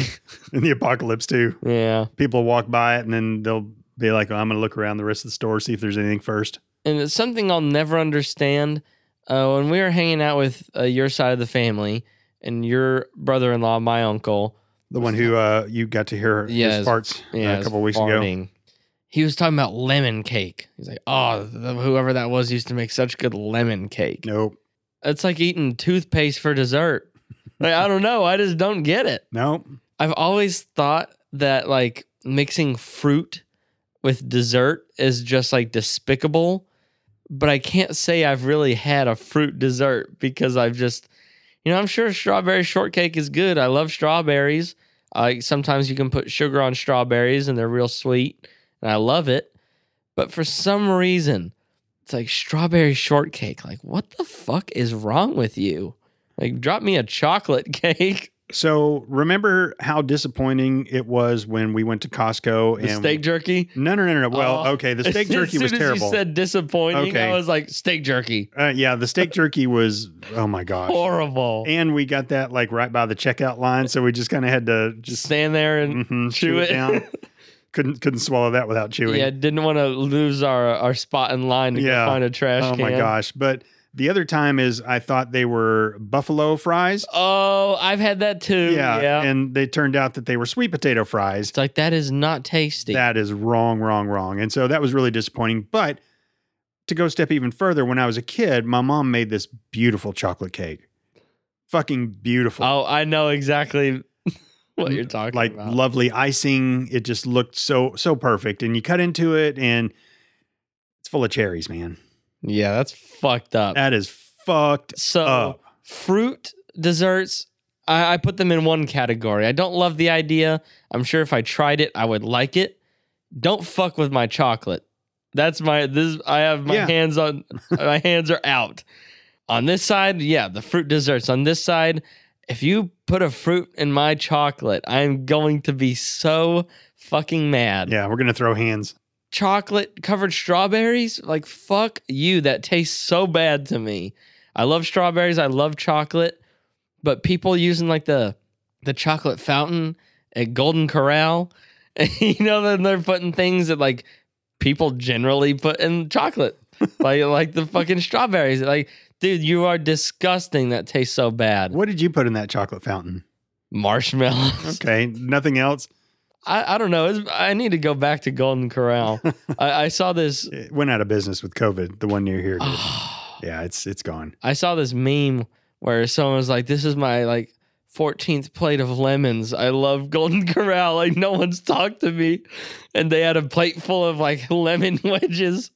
in the apocalypse too. Yeah. People walk by it and then they'll be like, oh, "I'm going to look around the rest of the store see if there's anything first. and it's something I'll never understand. Uh, when we were hanging out with uh, your side of the family and your brother-in-law, my uncle, The one who uh you got to hear Yeah, his his- parts uh, yeah, a is couple weeks ago. farting. He was talking about lemon cake. He's like, "Oh, the, whoever that was used to make such good lemon cake." Nope. It's like eating toothpaste for dessert. Like I don't know, I just don't get it. Nope. I've always thought that like mixing fruit with dessert is just like despicable, but I can't say I've really had a fruit dessert because I've just, you know, I'm sure strawberry shortcake is good. I love strawberries. I sometimes you can put sugar on strawberries and they're real sweet, and I love it. But for some reason, it's like strawberry shortcake. Like, what the fuck is wrong with you? Like, drop me a chocolate cake. So remember how disappointing it was when we went to Costco The and steak jerky. No, no, no, no. Well, Oh. okay, the steak jerky as soon was as terrible. You said disappointing. Okay. I was like steak jerky, uh, yeah, the steak jerky was oh my gosh. horrible. And we got that like right by the checkout line, so we just kind of had to Just just stand there and mhm, chew it. down. couldn't couldn't swallow that without chewing. yeah, didn't want to lose our our spot in line to Yeah. go find a trash oh can. my gosh, but The other time is I thought they were buffalo fries. Oh, I've had that too. Yeah. And they turned out that they were sweet potato fries. it's like that is not tasty. That is wrong, wrong, wrong. And so that was really disappointing. But to go a step even further, when I was a kid, my mom made this beautiful chocolate cake. Fucking beautiful. oh, I know exactly what you're talking like about. lovely icing. It just looked so so perfect. And you cut into it and it's full of cherries, man. yeah, that's fucked up. That is fucked so up. fruit desserts, I, I put them in one category. I don't love the idea. I'm sure if I tried it, I would like it. Don't fuck with my chocolate. That's my this I have my Yeah. hands on my hands are out. On this side, yeah, the fruit desserts. On this side, if you put a fruit in my chocolate, I'm going to be so fucking mad. Yeah, we're gonna throw hands. chocolate covered strawberries like fuck you that tastes so bad to me i love strawberries i love chocolate but people using like the the chocolate fountain at golden corral you know then they're putting things that like people generally put in chocolate like like the fucking strawberries like dude you are disgusting that tastes so bad What did you put in that chocolate fountain? marshmallows Okay, nothing else. I, I don't know it's, i need to go back to golden corral I, I saw this It went out of business with COVID. The one near here. Did. Ah. yeah, it's it's gone. I saw this meme where someone was like, "This is my like 14th plate of lemons. I love Golden Corral. Like no one's talked to me." And they had a plate full of like lemon wedges.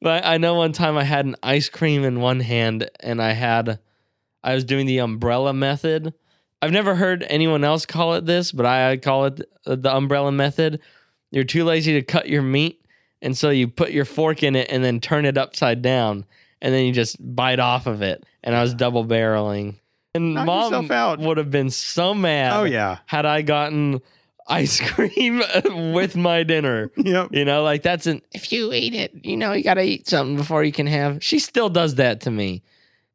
but I know one time I had an ice cream in one hand and I had I was doing the umbrella method. I've never heard anyone else call it this, but I call it the the umbrella method. You're too lazy to cut your meat, and so you put your fork in it and then turn it upside down, and then you just bite off of it. And I was double barreling, and Knock yourself out. mom would have been so mad. Oh yeah. had I gotten ice cream with my dinner. Yep. You know, like that's an if you eat it, you know, you gotta eat something before you can have. She still does that to me.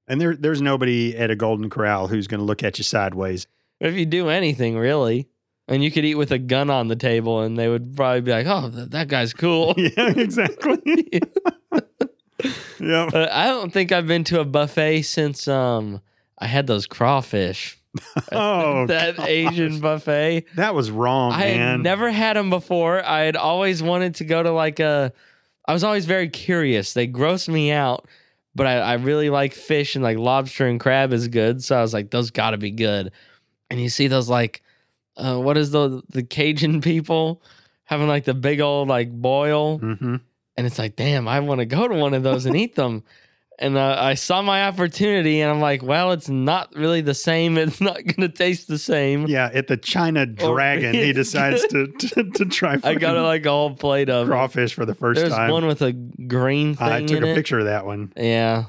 And there there's nobody at a Golden Corral who's going to look at you sideways. If you do anything, really. And you could eat with a gun on the table, and they would probably be like, oh, th- that guy's cool. yeah, exactly. yep. But I don't think I've been to a buffet since um I had those crawfish. Oh, that Asian buffet. that was wrong, I had Oh, man. never had them before. I had always wanted to go to like a. I was always very curious. They grossed me out, but I, I really like fish and like lobster and crab is good. So I was like, those got to be good. And you see those like, uh, what is the the Cajun people having like the big old like boil, hmm and it's like, damn, I want to go to one of those and eat them. And uh, I saw my opportunity, and I'm like, well, it's not really the same. It's not gonna taste the same. Yeah, at the China Oh, Dragon, he yeah. decides to, to to try I got fucking like a whole plate of. it. crawfish for the first There's time. one with a green thing. I took in a it. picture of that one. Yeah.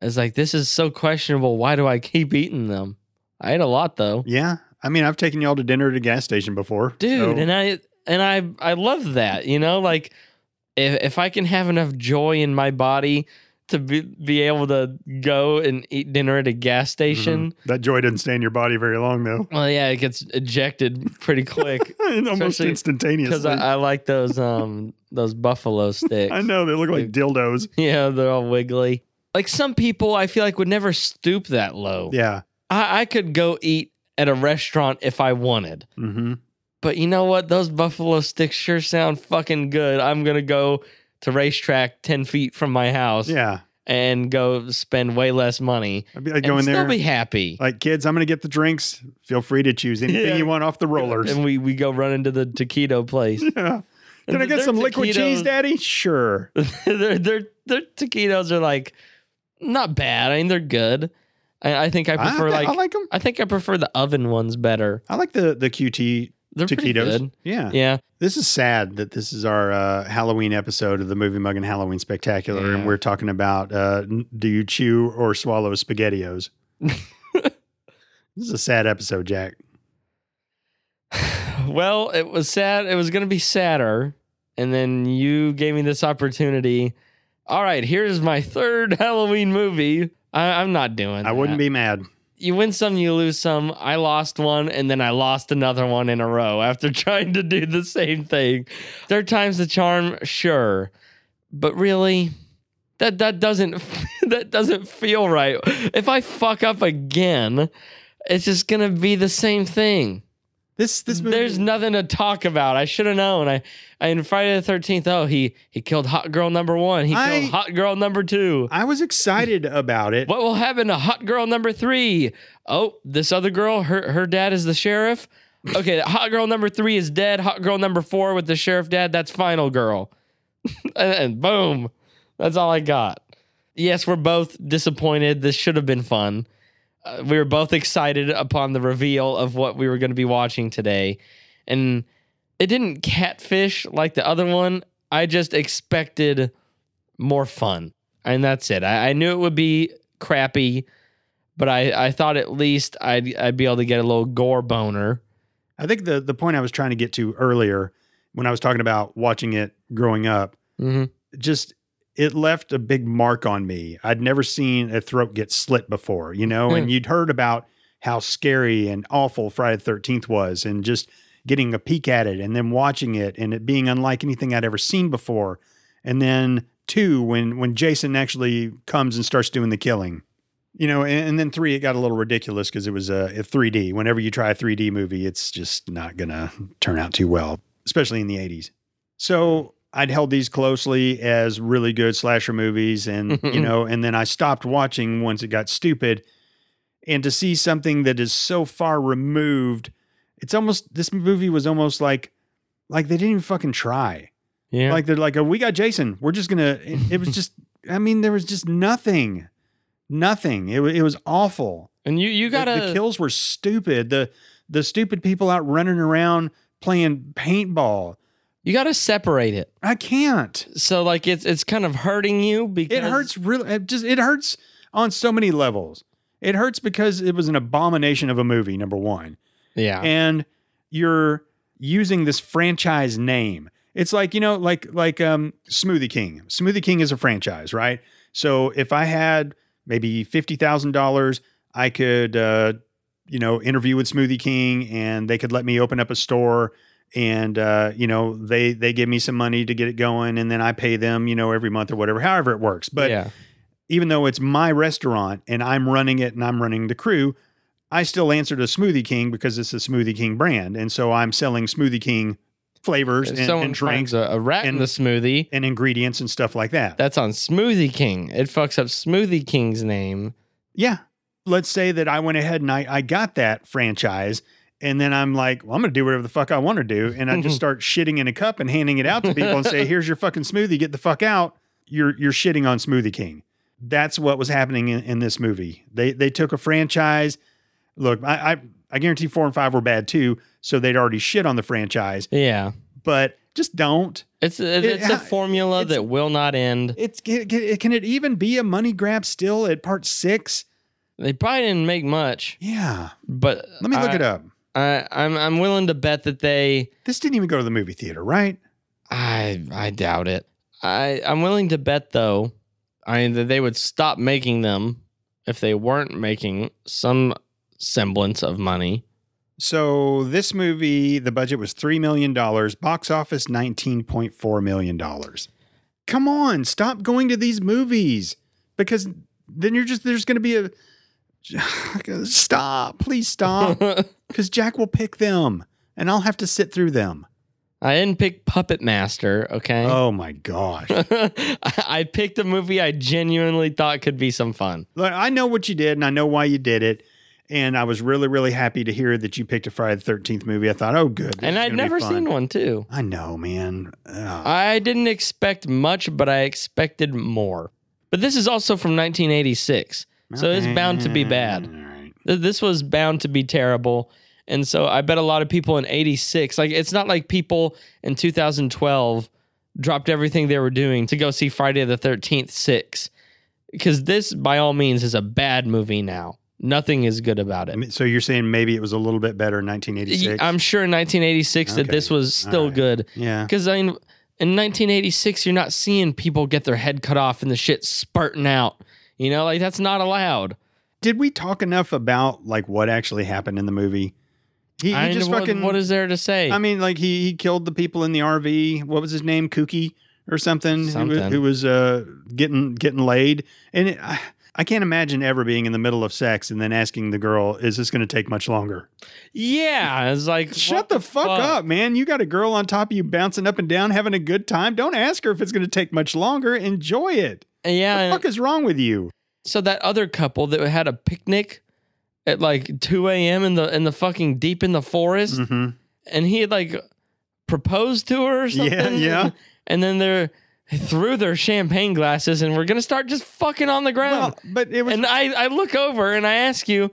It's like this is so questionable. Why do I keep eating them? I ate a lot though. Yeah, I mean, I've taken y'all to dinner at a gas station before, Dude, so- and I and I I love that, you know, like if if I can have enough joy in my body to be, be able to go and eat dinner at a gas station. Mhm. That joy didn't stay in your body very long, though. Well, yeah, it gets ejected pretty quick It Almost Especially 'cause instantaneously. because I, I like those um those buffalo sticks. I know they look like dildos. Yeah, they're all wiggly. Like some people, I feel like would never stoop that low. Yeah. I, I could go eat at a restaurant if I wanted. Mm-hmm. But you know what? Those buffalo sticks sure sound fucking good. I'm gonna go to racetrack ten feet from my house Yeah. and go spend way less money I'd be like and going still there. be happy. like kids, I'm gonna get the drinks. Feel free to choose anything Yeah. you want off the rollers. And we we go run into the taquito place. yeah. Can I get Their some liquid taquitos- cheese, Daddy? Sure. their their their taquitos are like not bad. I mean they're good. I, I think I prefer Ah, I, like I like them. I think I prefer the oven ones better. I like the the QT They're pretty taquitos. good. Yeah. Yeah. This is sad that this is our uh, Halloween episode of the Movie Mug and Halloween Spectacular, and Yeah. we're talking about uh, n- do you chew or swallow SpaghettiOs? this is a sad episode, Jack. Well, it was sad. It was going to be sadder. And then you gave me this opportunity. All right, here's my third Halloween movie. I, I'm not doing I wouldn't be mad. You win some, you lose some. I lost one, and then I lost another one in a row after trying to do the same thing. Third time's the charm, sure. But really, that that doesn't that doesn't feel right. If I fuck up again, it's just gonna be the same thing. This this movie There's nothing to talk about. I should have known. I, I in Friday the Thirteenth. Oh, he he killed hot girl number one. He I- killed hot girl number two. I was excited about it. What will happen to hot girl number three? Oh, this other girl, her her dad is the sheriff. Okay, hot girl number three is dead. Hot girl number four with the sheriff dad, that's final girl. and, and boom. That's all I got. Yes, we're both disappointed. This should have been fun. Uh, we were both excited upon the reveal of what we were going to be watching today. And it didn't catfish like the other one. I just expected more fun. And that's it. I, I knew it would be crappy, but I, I thought at least I'd, I'd be able to get a little gore boner. I think the the point I was trying to get to earlier when I was talking about watching it growing up, Mm-hmm. just it left a big mark on me. I'd never seen a throat get slit before, you know, and you'd heard about how scary and awful Friday the 13th was and just getting a peek at it and then watching it and it being unlike anything I'd ever seen before. And then two, when when Jason actually comes and starts doing the killing. You know, and, and then three, it got a little ridiculous because it was a, a 3D. Whenever you try a 3D movie, it's just not gonna turn out too well, especially in the 80s. So I'd held these closely as really good slasher movies, and you know, and then I stopped watching once it got stupid. And to see something that is so far removed, it's almost this movie was almost like, like they didn't even fucking try. Yeah. Like they're like, oh, we got Jason. We're just gonna. It, it was just. I mean, there was just nothing, nothing. It wa- it was awful. and you, you The- got the to. kills were stupid. The the stupid people out running around playing paintball. You got to separate it. I can't. So like it's it's kind of hurting you because It hurts really. It just it hurts on so many levels. It hurts because it was an abomination of a movie. Number one, Yeah. and you're using this franchise name. It's like you know, like like um, Smoothie King. Smoothie King is a franchise, right? So if I had maybe fifty thousand dollars, I could uh, you know interview with Smoothie King, and they could let me open up a store, and uh, you know they they give me some money to get it going, and then I pay them you know every month or whatever, however it works. But yeah. even though it's my restaurant and I'm running it and I'm running the crew, I still answer to Smoothie King because it's a Smoothie King brand. And so I'm selling Smoothie King flavors If and, someone and finds drinks a, a rat in and- the smoothie, and ingredients and stuff like that. that's on Smoothie King. It fucks up Smoothie King's name. Yeah. Let's say that I went ahead and I, I got that franchise. And then I'm like, well, I'm going to do whatever the fuck I want to do. And I just start shitting in a cup and handing it out to people and say, here's your fucking smoothie. Get the fuck out. You're, you're shitting on Smoothie King. That's what was happening in, in this movie. They, they took a franchise. Look, I, I, I guarantee four and five were bad too. So they'd already shit on the franchise, Yeah. but just don't. It's it, It- it's a ha- formula it's- that will not end. It's, can, can can it even be a money grab still at part six? They probably didn't make much, Yeah. but Let me look I, it up. I, I'm I'm willing to bet that they This didn't even go to the movie theater, right? I I doubt it. I I'm willing to bet though, I that they would stop making them if they weren't making some semblance of money. So this movie, the budget was three million dollars, box office nineteen point four million dollars. Come on, stop going to these movies because then you're just there's going to be a stop, please stop, I because Jack will pick them and I'll have to sit through them. didn't pick Puppet Master, okay? Oh my gosh! I I picked a movie I genuinely thought could be some fun. Look, I know what you did and I know why you did it. And I was really, really happy to hear that you picked a Friday the 13th movie. I thought, oh, good. this is and gonna I'd be never fun. seen one too. I know, man. Ugh. I didn't expect much, but I expected more. But this is also from 1986. So it's bound to be bad. All right. Th- This was bound to be terrible. And so I bet a lot of people in 86, like it's not like people in 2012 dropped everything they were doing to go see Friday the 13th 6. Because this, by all means, is a bad movie now. Nothing is good about I it. mean, So you're saying maybe it was a little bit better in Y- 1986? I'm sure in 1986 that Okay. this was still right. good. yeah. Because I mean, in 1986, you're not seeing people get their head cut off and the shit spurting out. You know, like that's not allowed. Did we talk enough about like what actually happened in the movie? He, I he just mean, what- fucking. what is there to say? I mean, like he he killed the people in the RV. What was his name? Kooky or something, Who, Something. was, who was uh, getting getting laid. And it, I, I can't imagine ever being in the middle of sex and then asking the girl, "Is this going to take much longer?" Yeah, it's like Shut what the, fuck, up, man! You got a girl on top of you bouncing up and down, having a good time. Don't ask her if it's going to take much longer. Enjoy it. Yeah, What the and- fuck is wrong with you? so that other couple that had a picnic at like 2 a.m. in the in the fucking deep in the forest, Mm-hmm. and he had like proposed to her or something. Yeah, yeah. And then they're they threw their champagne glasses, and we're gonna start just fucking on the ground. Well, but it was and I I look over and I ask you.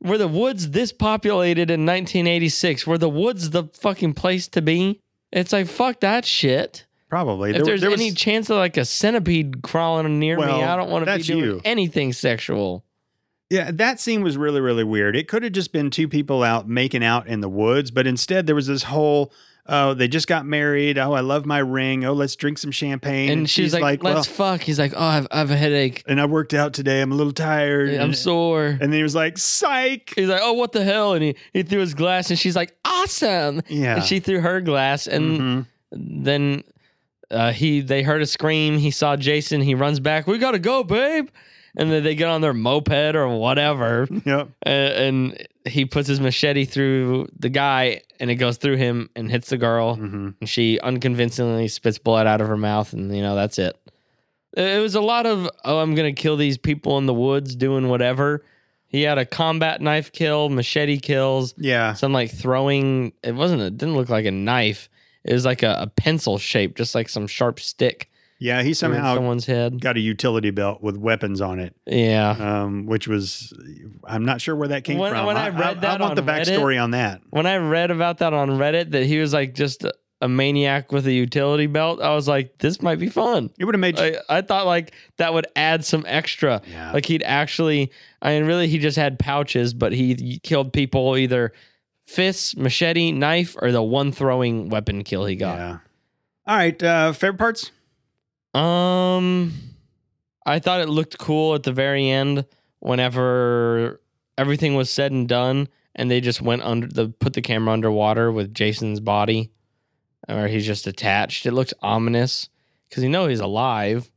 Were the woods this populated in 1986? Were the woods the fucking place to be? It's like fuck that shit. probably if there, there's there was, any chance of like a centipede crawling near Well, me, I don't want to be that's doing you. anything sexual. Yeah, that scene was really, really weird. It could have just been two people out making out in the woods, but instead there was this whole, oh, they just got married. Oh, I love my ring. Oh, let's drink some champagne. And, she's, like, "Let's fuck." He's like, "Oh, I've, I have a headache. and I worked out today. I'm a little tired. I'm and, sore." And then he was like, psych. He's like, "Oh, what the hell?" And he, he threw his glass, and she's like, "Awesome!" Yeah. And she threw her glass, and Mhm. then uh, he they heard a scream. He saw Jason. He runs back. We gotta go, babe. And then they get on their moped or whatever, Yep. uh, and he puts his machete through the guy, and it goes through him and hits the girl. Mhm. And she unconvincingly spits blood out of her mouth, and you know that's it. Uh, It was a lot of oh, I'm gonna kill these people in the woods doing whatever. He had a combat knife kill, machete kills, Yeah. some like throwing. It wasn't. It didn't look like a knife. It was like a, a pencil shape, just like some sharp stick Yeah. He through somehow someone's head. got a utility belt with weapons on it, Yeah. um, which was, I'm not sure where that came When- from. when I read that want the on Reddit- backstory on that. When I read about that on Reddit, that he was like just a, a maniac with a utility belt, I was like, this might be fun. It would have made you. I, I thought like that would add some extra. yeah. Like he'd actually, I mean, really, he just had pouches, but he killed people either fists, machete, knife, or the one throwing weapon kill he got. yeah. All right. Uh, favorite parts? Um, I thought it looked cool at the very end whenever everything was said and done, and they just went under the put the camera underwater with Jason's body, or he's just attached. It looked ominous because you know he's alive.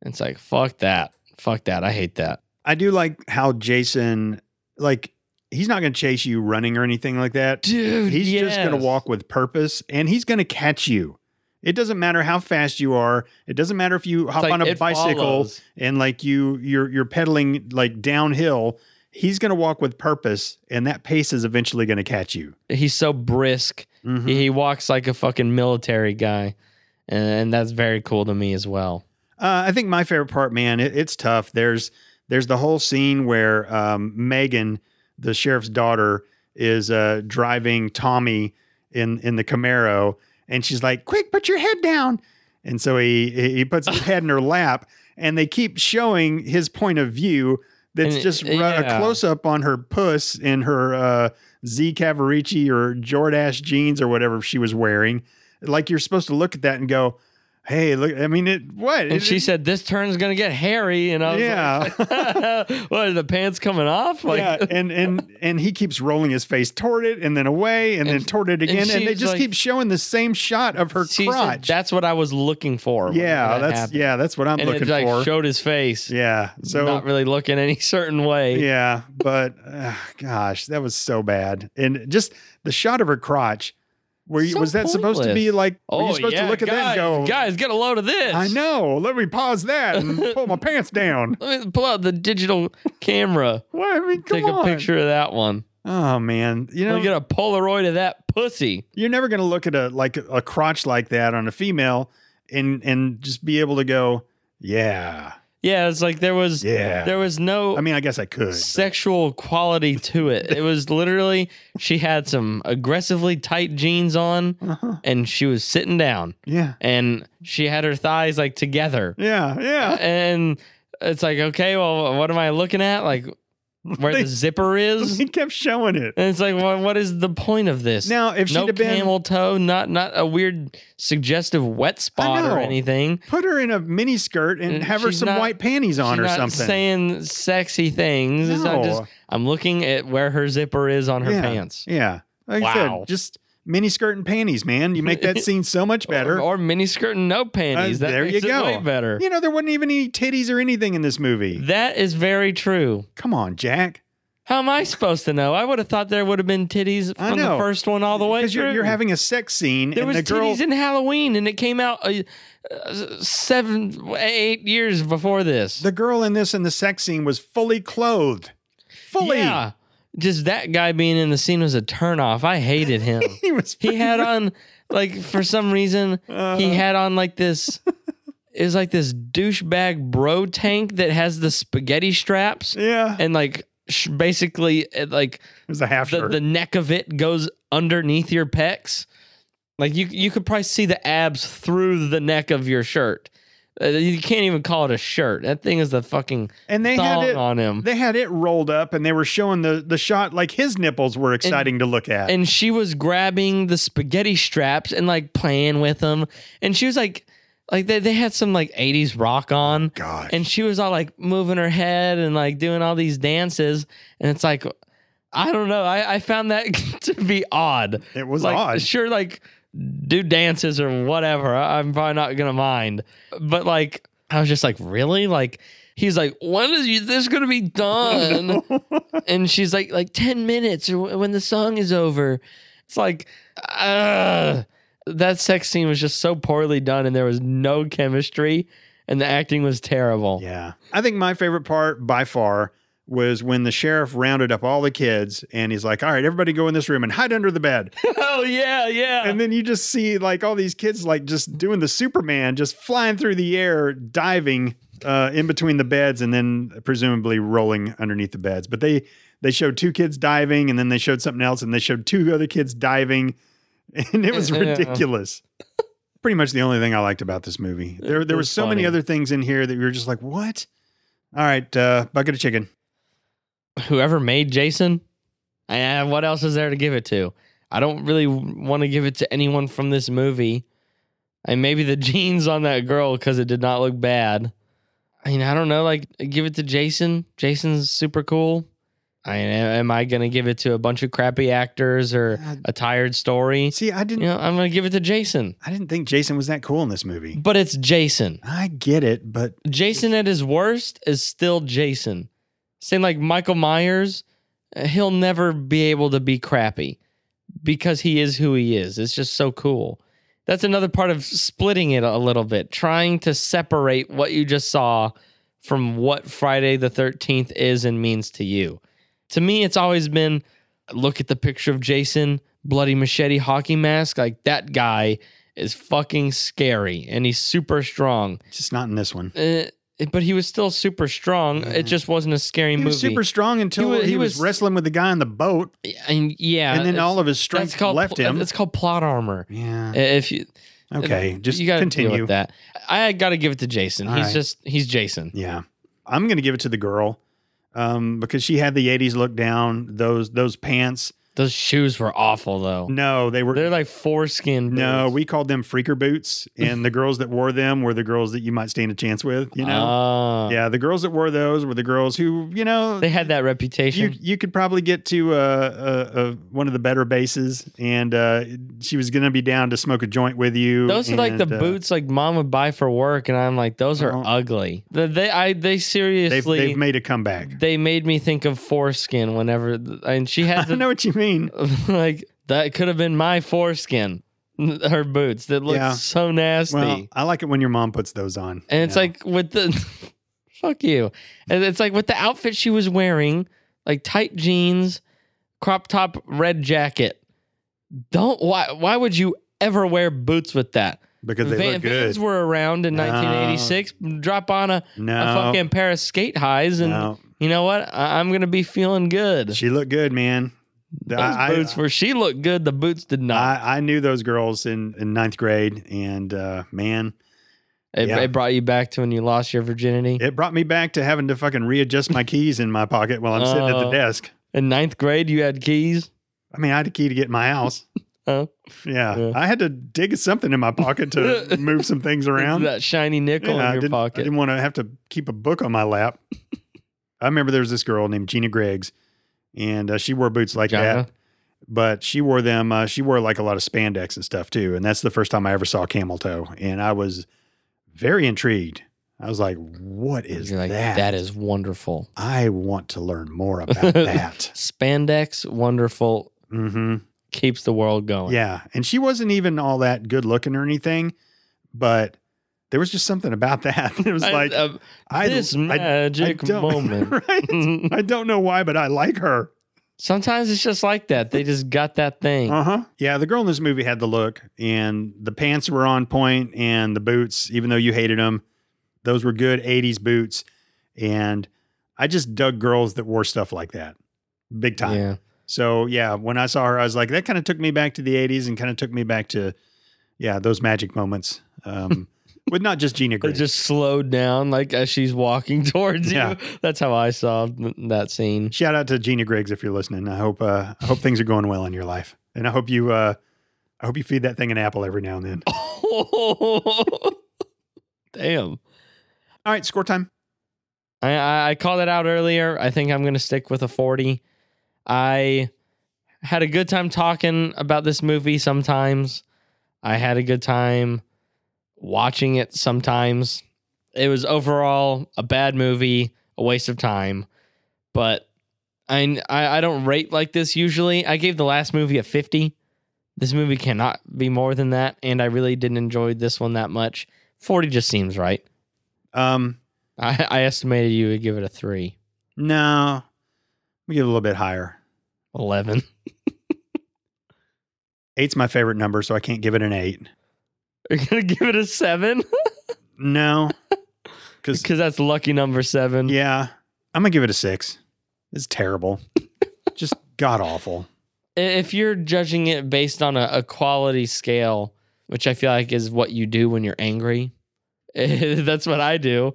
It's like fuck that, fuck that. I hate that. I do like how Jason, like, he's not going to chase you running or anything like that. Dude, he's just going to yes. walk with purpose and he's going to catch you. It doesn't matter how fast you are. It doesn't matter if you hop It's like on a it bicycle follows. and like you you're you're pedaling like downhill. He's going to walk with purpose and that pace is eventually going to catch you. He's so brisk. Mhm. He, he walks like a fucking military guy, and, and that's very cool to me as well. Uh, I think my favorite part, man, it, it's tough. There's there's the whole scene where um, Megan, the sheriff's daughter, is uh, driving Tommy in in the Camaro, and she's like, "Quick, put your head down!" And so he he he puts his head in her lap, and they keep showing his point of view. That's And- uh, just ru- a yeah. close up on her puss in her uh, Z Cavarici or Jordache jeans or whatever she was wearing. Like you're supposed to look at that and go, "Hey, look!" I mean, it what? And It- she said, "This turn's gonna get hairy," and I was Yeah. like, "What? Are the pants coming off?" Like, yeah, and and and he keeps rolling his face toward it, and then away, and, And- then toward it and again, and, she they was just like- keep showing the same shot of her she said, crotch. "That's what I was looking for." when yeah, that that's happened." yeah, that's what I'm And looking it like for. showed his face, yeah, so not really looking any certain way. yeah, but uh, gosh, that was so bad, and just the shot of her crotch. Where you, So was that supposed to be pointless. like? Oh, were you supposed yeah, to look at guys, that and go? "Guys, get a load of this." I know. Let me pause that and pull my pants down. Let me pull out the digital camera, Well, I mean, come take a on. picture of that one. Oh man, you know we get a Polaroid of that pussy. you're never going to look at a like a crotch like that on a female and and just be able to go yeah Yeah, it's like there was yeah there was no i mean i guess i could but- sexual quality to it. It was literally she had some aggressively tight jeans on Uh-huh. and she was sitting down yeah and she had her thighs like together. yeah yeah And it's like, okay, well, what am I looking at? Like where the zipper is? he kept showing it And it's like, well, what is the point of this? now if she'd no have been camel toe, not not a weird suggestive wet spot or know. anything. put her in a mini skirt and And have her Mm, she's some not- white panties on She's or not something saying sexy things. It's not No. just I'm looking at where her zipper is on her Yeah. pants. yeah like i Wow. said just mini skirt and panties, man. You make that scene so much better. Or, or mini skirt and no panties. Uh, that there you makes it go. way better. You know, there wasn't even any titties or anything in this movie. That is very true. Come on, Jack. How am I supposed to know? I would have thought there would have been titties I from the know. first one all the way Because you're, through. you're having a sex scene there and was the girl. titties in Halloween, and it came out uh, uh, seven, eight years before this. the girl in this in the sex scene was fully clothed. Fully. Yeah, just that guy being in the scene was a turnoff. I hated him. He was he had on like for some reason Uh-huh. he had on like this. It was like this douchebag bro tank that has the spaghetti straps Yeah. It and like sh- basically it, like was a half the, shirt. the neck of it goes underneath your pecs. Like you you could probably see the abs through the neck of your shirt. Uh, you can't even call it a shirt. That thing is the fucking and they had thong it on him. they had it rolled up and they were showing the the shot like his nipples were exciting to look at. and she was grabbing the spaghetti straps and like playing with them. And she was like like they, they had some like 80s rock on. God. and she was all like moving her head and like doing all these dances and it's like i don't know i, I found that to be odd it was like odd. sure like do dances or whatever I, i'm probably not gonna mind but like i was just like really like he's like when is you- this gonna be done and she's like like 10 minutes or wh- when the song is over it's like ugh. that sex scene was just so poorly done and there was no chemistry and the acting was terrible Yeah. I think my favorite part by far was when the sheriff rounded up all the kids and he's like, all right, everybody go in this room and hide under the bed. oh yeah yeah and then you just see like all these kids like just doing the Superman, just flying through the air, diving uh, in between the beds, and then presumably rolling underneath the beds. But they they showed two kids diving, and then they showed something else, and they showed two other kids diving, and it was Yeah. ridiculous. Pretty much the only thing I liked about this movie. There there It were was so many funny. other things in here that you were just like, what? All right, uh, bucket of chicken. whoever made Jason, and what else is there to give it to? I don't really want to give it to anyone from this movie. And maybe the jeans on that girl because it did not look bad. I mean, I don't know. Like, give it to Jason. Jason's super cool. I mean, am I going to give it to a bunch of crappy actors or a tired story? See, I didn't You know, I'm going to give it to Jason. I didn't think Jason was that cool in this movie. But it's Jason. I get it, but Jason at his worst is still Jason. Same like Michael Myers, uh, he'll never be able to be crappy because he is who he is. It's just so cool. That's another part of splitting it a little bit, trying to separate what you just saw from what Friday the 13th is and means to you. To me, it's always been look at the picture of Jason, bloody machete hockey mask. Like that guy is fucking scary and he's super strong just not in this one. uh, but he was still super strong. It just wasn't a scary Mm-hmm. He movie. was super strong until He he wa- was, he was- wrestling with the guy on the boat, and yeah, and then it's- all of his that's strength called left pl- him. It's called plot armor. Yeah. If you Okay. Just you gotta deal continue. with that. I got to give it to Jason. All he's right. just he's Jason. Yeah. I'm gonna give it to the girl, um, because she had the '80s look down. Those those pants. Those shoes were awful though. No, they were. They're like foreskin. no, boots. we called them freaker boots, and the girls that wore them were the girls that you might stand a chance with. You know. Ah. yeah. The girls that wore those were the girls who you know. they had that you, reputation. you could probably get to uh, uh, uh, one of the better bases, and uh, she was going to be down to smoke a joint with you. those are like the and, uh, boots like mom would buy for work, and I'm like, those are Uh-huh. ugly. They, they I they They've, seriously they've made a comeback. they made me think of foreskin whenever, and she had I the, know what you mean. like that could have been my foreskin her boots that look Yeah. so nasty Well, I like it when your mom puts those on. and it's Yeah. like with the fuck you and it's like with the outfit she was wearing like tight jeans crop top red jacket don't why why would you ever wear boots with that because they Va- look good. vans were around in No. 1986 drop on a, no, a fucking pair of skate highs and no. you know what I, i'm gonna be feeling good she looked good, man. those I, boots I, were she looked good the boots did not I, I knew those girls in, in ninth grade, and uh, man, It, Yeah. it brought you back to when you lost your virginity it brought me back to having to fucking readjust my keys in my pocket while I'm sitting at the Oh. desk. in ninth grade. You had keys. I mean, I had a key to get in my house. Huh? Yeah. Yeah. I had to dig something in my pocket to move some things around. that shiny nickel Yeah, I in your didn't- I pocket. didn't want to have to keep a book on my lap. I remember there was this girl named Gina Griggs, and uh, she wore boots like Jana? that. but she wore them. Uh, she wore like a lot of spandex and stuff too. And that's the first time I ever saw camel toe. And I was very intrigued. I was like, what is You're like, that? that is wonderful. I want to learn more about that. Spandex, wonderful, hmm keeps the world going. Yeah. And she wasn't even all that good looking or anything, but there was just something about that. It was I- like, uh, I, this I- I magic don't- moment. right? I don't know why, but I like her. Sometimes it's just like that. They just got that thing. Uh huh. Yeah, the girl in this movie had the look, and the pants were on point, and the boots, even though you hated them, those were good 80s boots. And I just dug girls that wore stuff like that big time. yeah. So, yeah, when I saw her, I was like, that kind of took me back to the 80s and kind of took me back to, yeah, those magic moments um, with not just Gina It Green. just slowed down like as she's walking towards Yeah. you. That's how I saw th- that scene. Shout out to Gina Griggs if you're listening. I hope uh, I hope things are going well in your life, and I hope you uh, I hope you feed that thing an apple every now and then. Damn. All right, score time. I, I I called it out earlier. I think I'm going to stick with a 40. I had a good time talking about this movie sometimes. I had a good time watching it sometimes. It was overall a bad movie, a waste of time. But I I, I don't rate like this usually. I gave the last movie a 50. This movie cannot be more than that, and I really didn't enjoy this one that much. 40 just seems right. Um, I, I estimated you would give it a three. no, we get a little bit higher. 11. Eight's my favorite number, so I can't give it an eight. You're going to give it a seven? No, because Because that's lucky number seven. yeah, I'm gonna give it a six. It's terrible, just god awful. I- If you're judging it based on a, a quality scale, which I feel like is what you do when you're angry, that's what I do,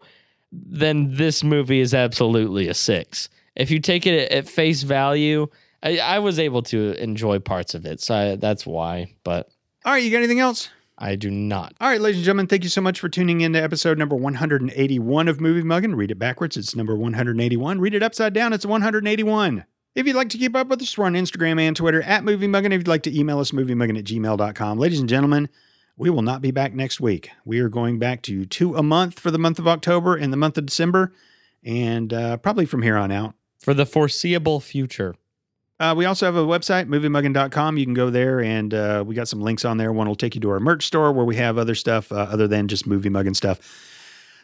then this movie is absolutely a six. If you take it at face value, I, I was able to enjoy parts of it. So I, that's why, but All right, you got anything else? I do not. All right, ladies and gentlemen, thank you so much for tuning in to episode number 181 of Movie Muggin. Read it backwards, it's number 181. Read it upside down, it's 181. If you'd like to keep up with us, we're on Instagram and Twitter at Movie Muggin. If you'd like to email us, moviemuggin at gmail.com. Ladies and gentlemen, we will not be back next week. We are going back to two a month for the month of October and the month of December, and uh, probably from here on out. For the foreseeable future. Uh, we also have a website, moviemuggin.com. You can go there, and uh, we got some links on there. One will take you to our merch store where we have other stuff uh, other than just movie mugging stuff.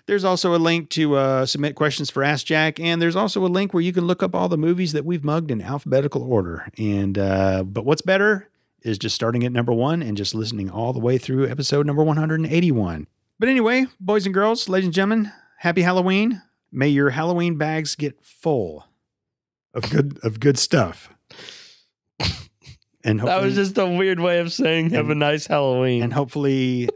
There's also a link to uh, submit questions for Ask Jack, and there's also a link where you can look up all the movies that we've mugged in alphabetical order. And uh, but what's better is just starting at number one and just listening all the way through episode number 181. But anyway, boys and girls, ladies and gentlemen, happy Halloween! May your Halloween bags get full of good of good stuff. And That was just a weird way of saying have a nice Halloween. and hopefully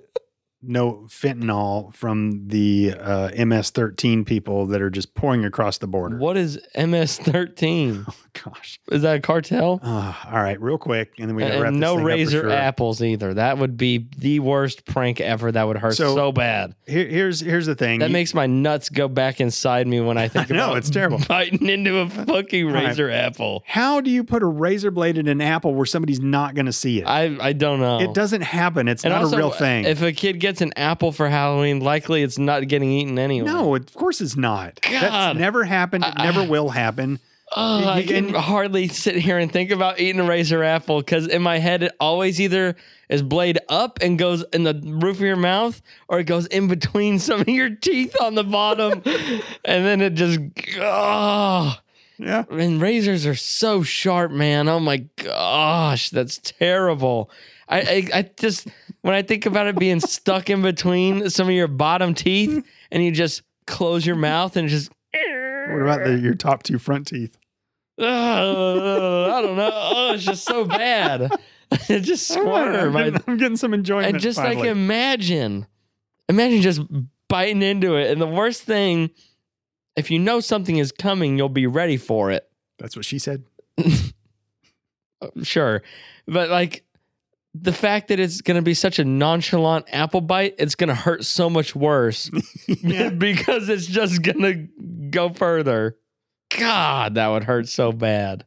no fentanyl from the uh, MS-13 people that are just pouring across the border. What is MS13? Oh, gosh. Is that a cartel? Ah, all right, real quick, and then we gotta and wrap and this no thing up for razor sure. apples either. That would be the worst prank ever. That would hurt So- so, bad. Here, here's here's the thing. That You- makes my nuts go back inside me when I think I know, about it's terrible. biting into a fucking right. razor apple. how do you put a razor blade in an apple where somebody's not going to see it? I I don't know. It doesn't happen. It's And not also, uh, a real thing. If a kid gets an apple for Halloween, likely it's not getting eaten anyway. no, of course it's not. That's God. never happened. It I- never will happen. Oh, You- I you can can- hardly sit here and think about eating a razor apple because in my head it always either is blade up and goes in the roof of your mouth or it goes in between some of your teeth on the bottom and then it just oh Yeah. and razors are so sharp man oh my gosh that's terrible I, I I just when I think about it being stuck in between some of your bottom teeth and you just close your mouth and just What about the, your top two front teeth? Ugh, I don't know. Oh, it's just so bad. It just I'm squirm. I, getting, I'm getting some enjoyment. and just like finally. imagine, imagine just biting into it. And the worst thing, if you know something is coming, you'll be ready for it. That's what she said. Sure, but like the fact that it's gonna be such a nonchalant apple bite, it's gonna hurt so much worse because it's just gonna go further. God, that would hurt so bad.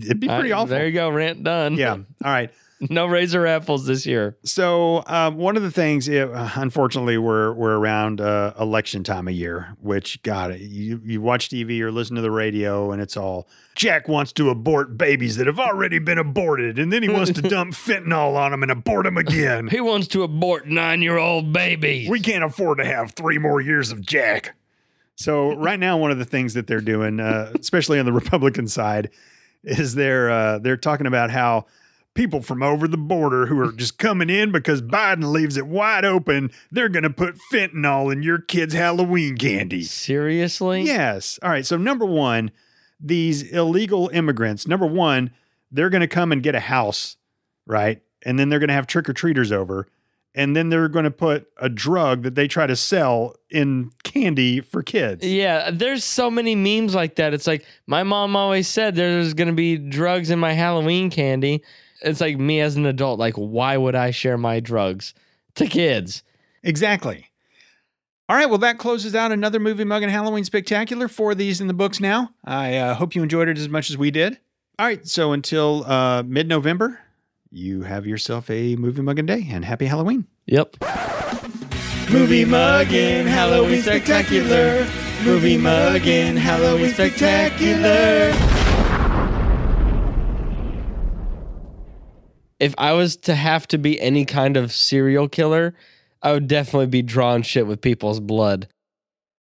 It'd be All pretty right, awful. There you go, rant done. yeah. All right. no razor apples this year. So um, one of the things, it, unfortunately, we're we're around uh, election time of year, which God, you you watch TV or listen to the radio, and it's all Jack wants to abort babies that have already been aborted, and then he wants to dump fentanyl on them and abort them again. He wants to abort nine-year-old babies. We can't afford to have three more years of Jack. So right now, one of the things that they're doing, uh, especially on the Republican side, is they're uh, they're talking about how people from over the border who are just coming in because Biden leaves it wide open, they're going to put fentanyl in your kids' Halloween candy. Seriously? Yes. All right. So number one, these illegal immigrants. Number one, they're going to come and get a house, right? And then they're going to have trick or treaters over, and then they're going to put a drug that they try to sell in candy for kids. Yeah, there's so many memes like that. It's like my mom always said there's going to be drugs in my Halloween candy. It's like me as an adult, like, why would I share my drugs to kids? Exactly. All right, well, that closes out another Movie Mug and Halloween Spectacular. Four of these in the books now. I uh, hope you enjoyed it as much as we did. All right, so until uh, mid November, you have yourself a Movie Mugging Day and happy Halloween. Yep. Movie Muggin' Halloween Spectacular. Movie Muggin' Halloween Spectacular. If I was to have to be any kind of serial killer, I would definitely be drawing shit with people's blood.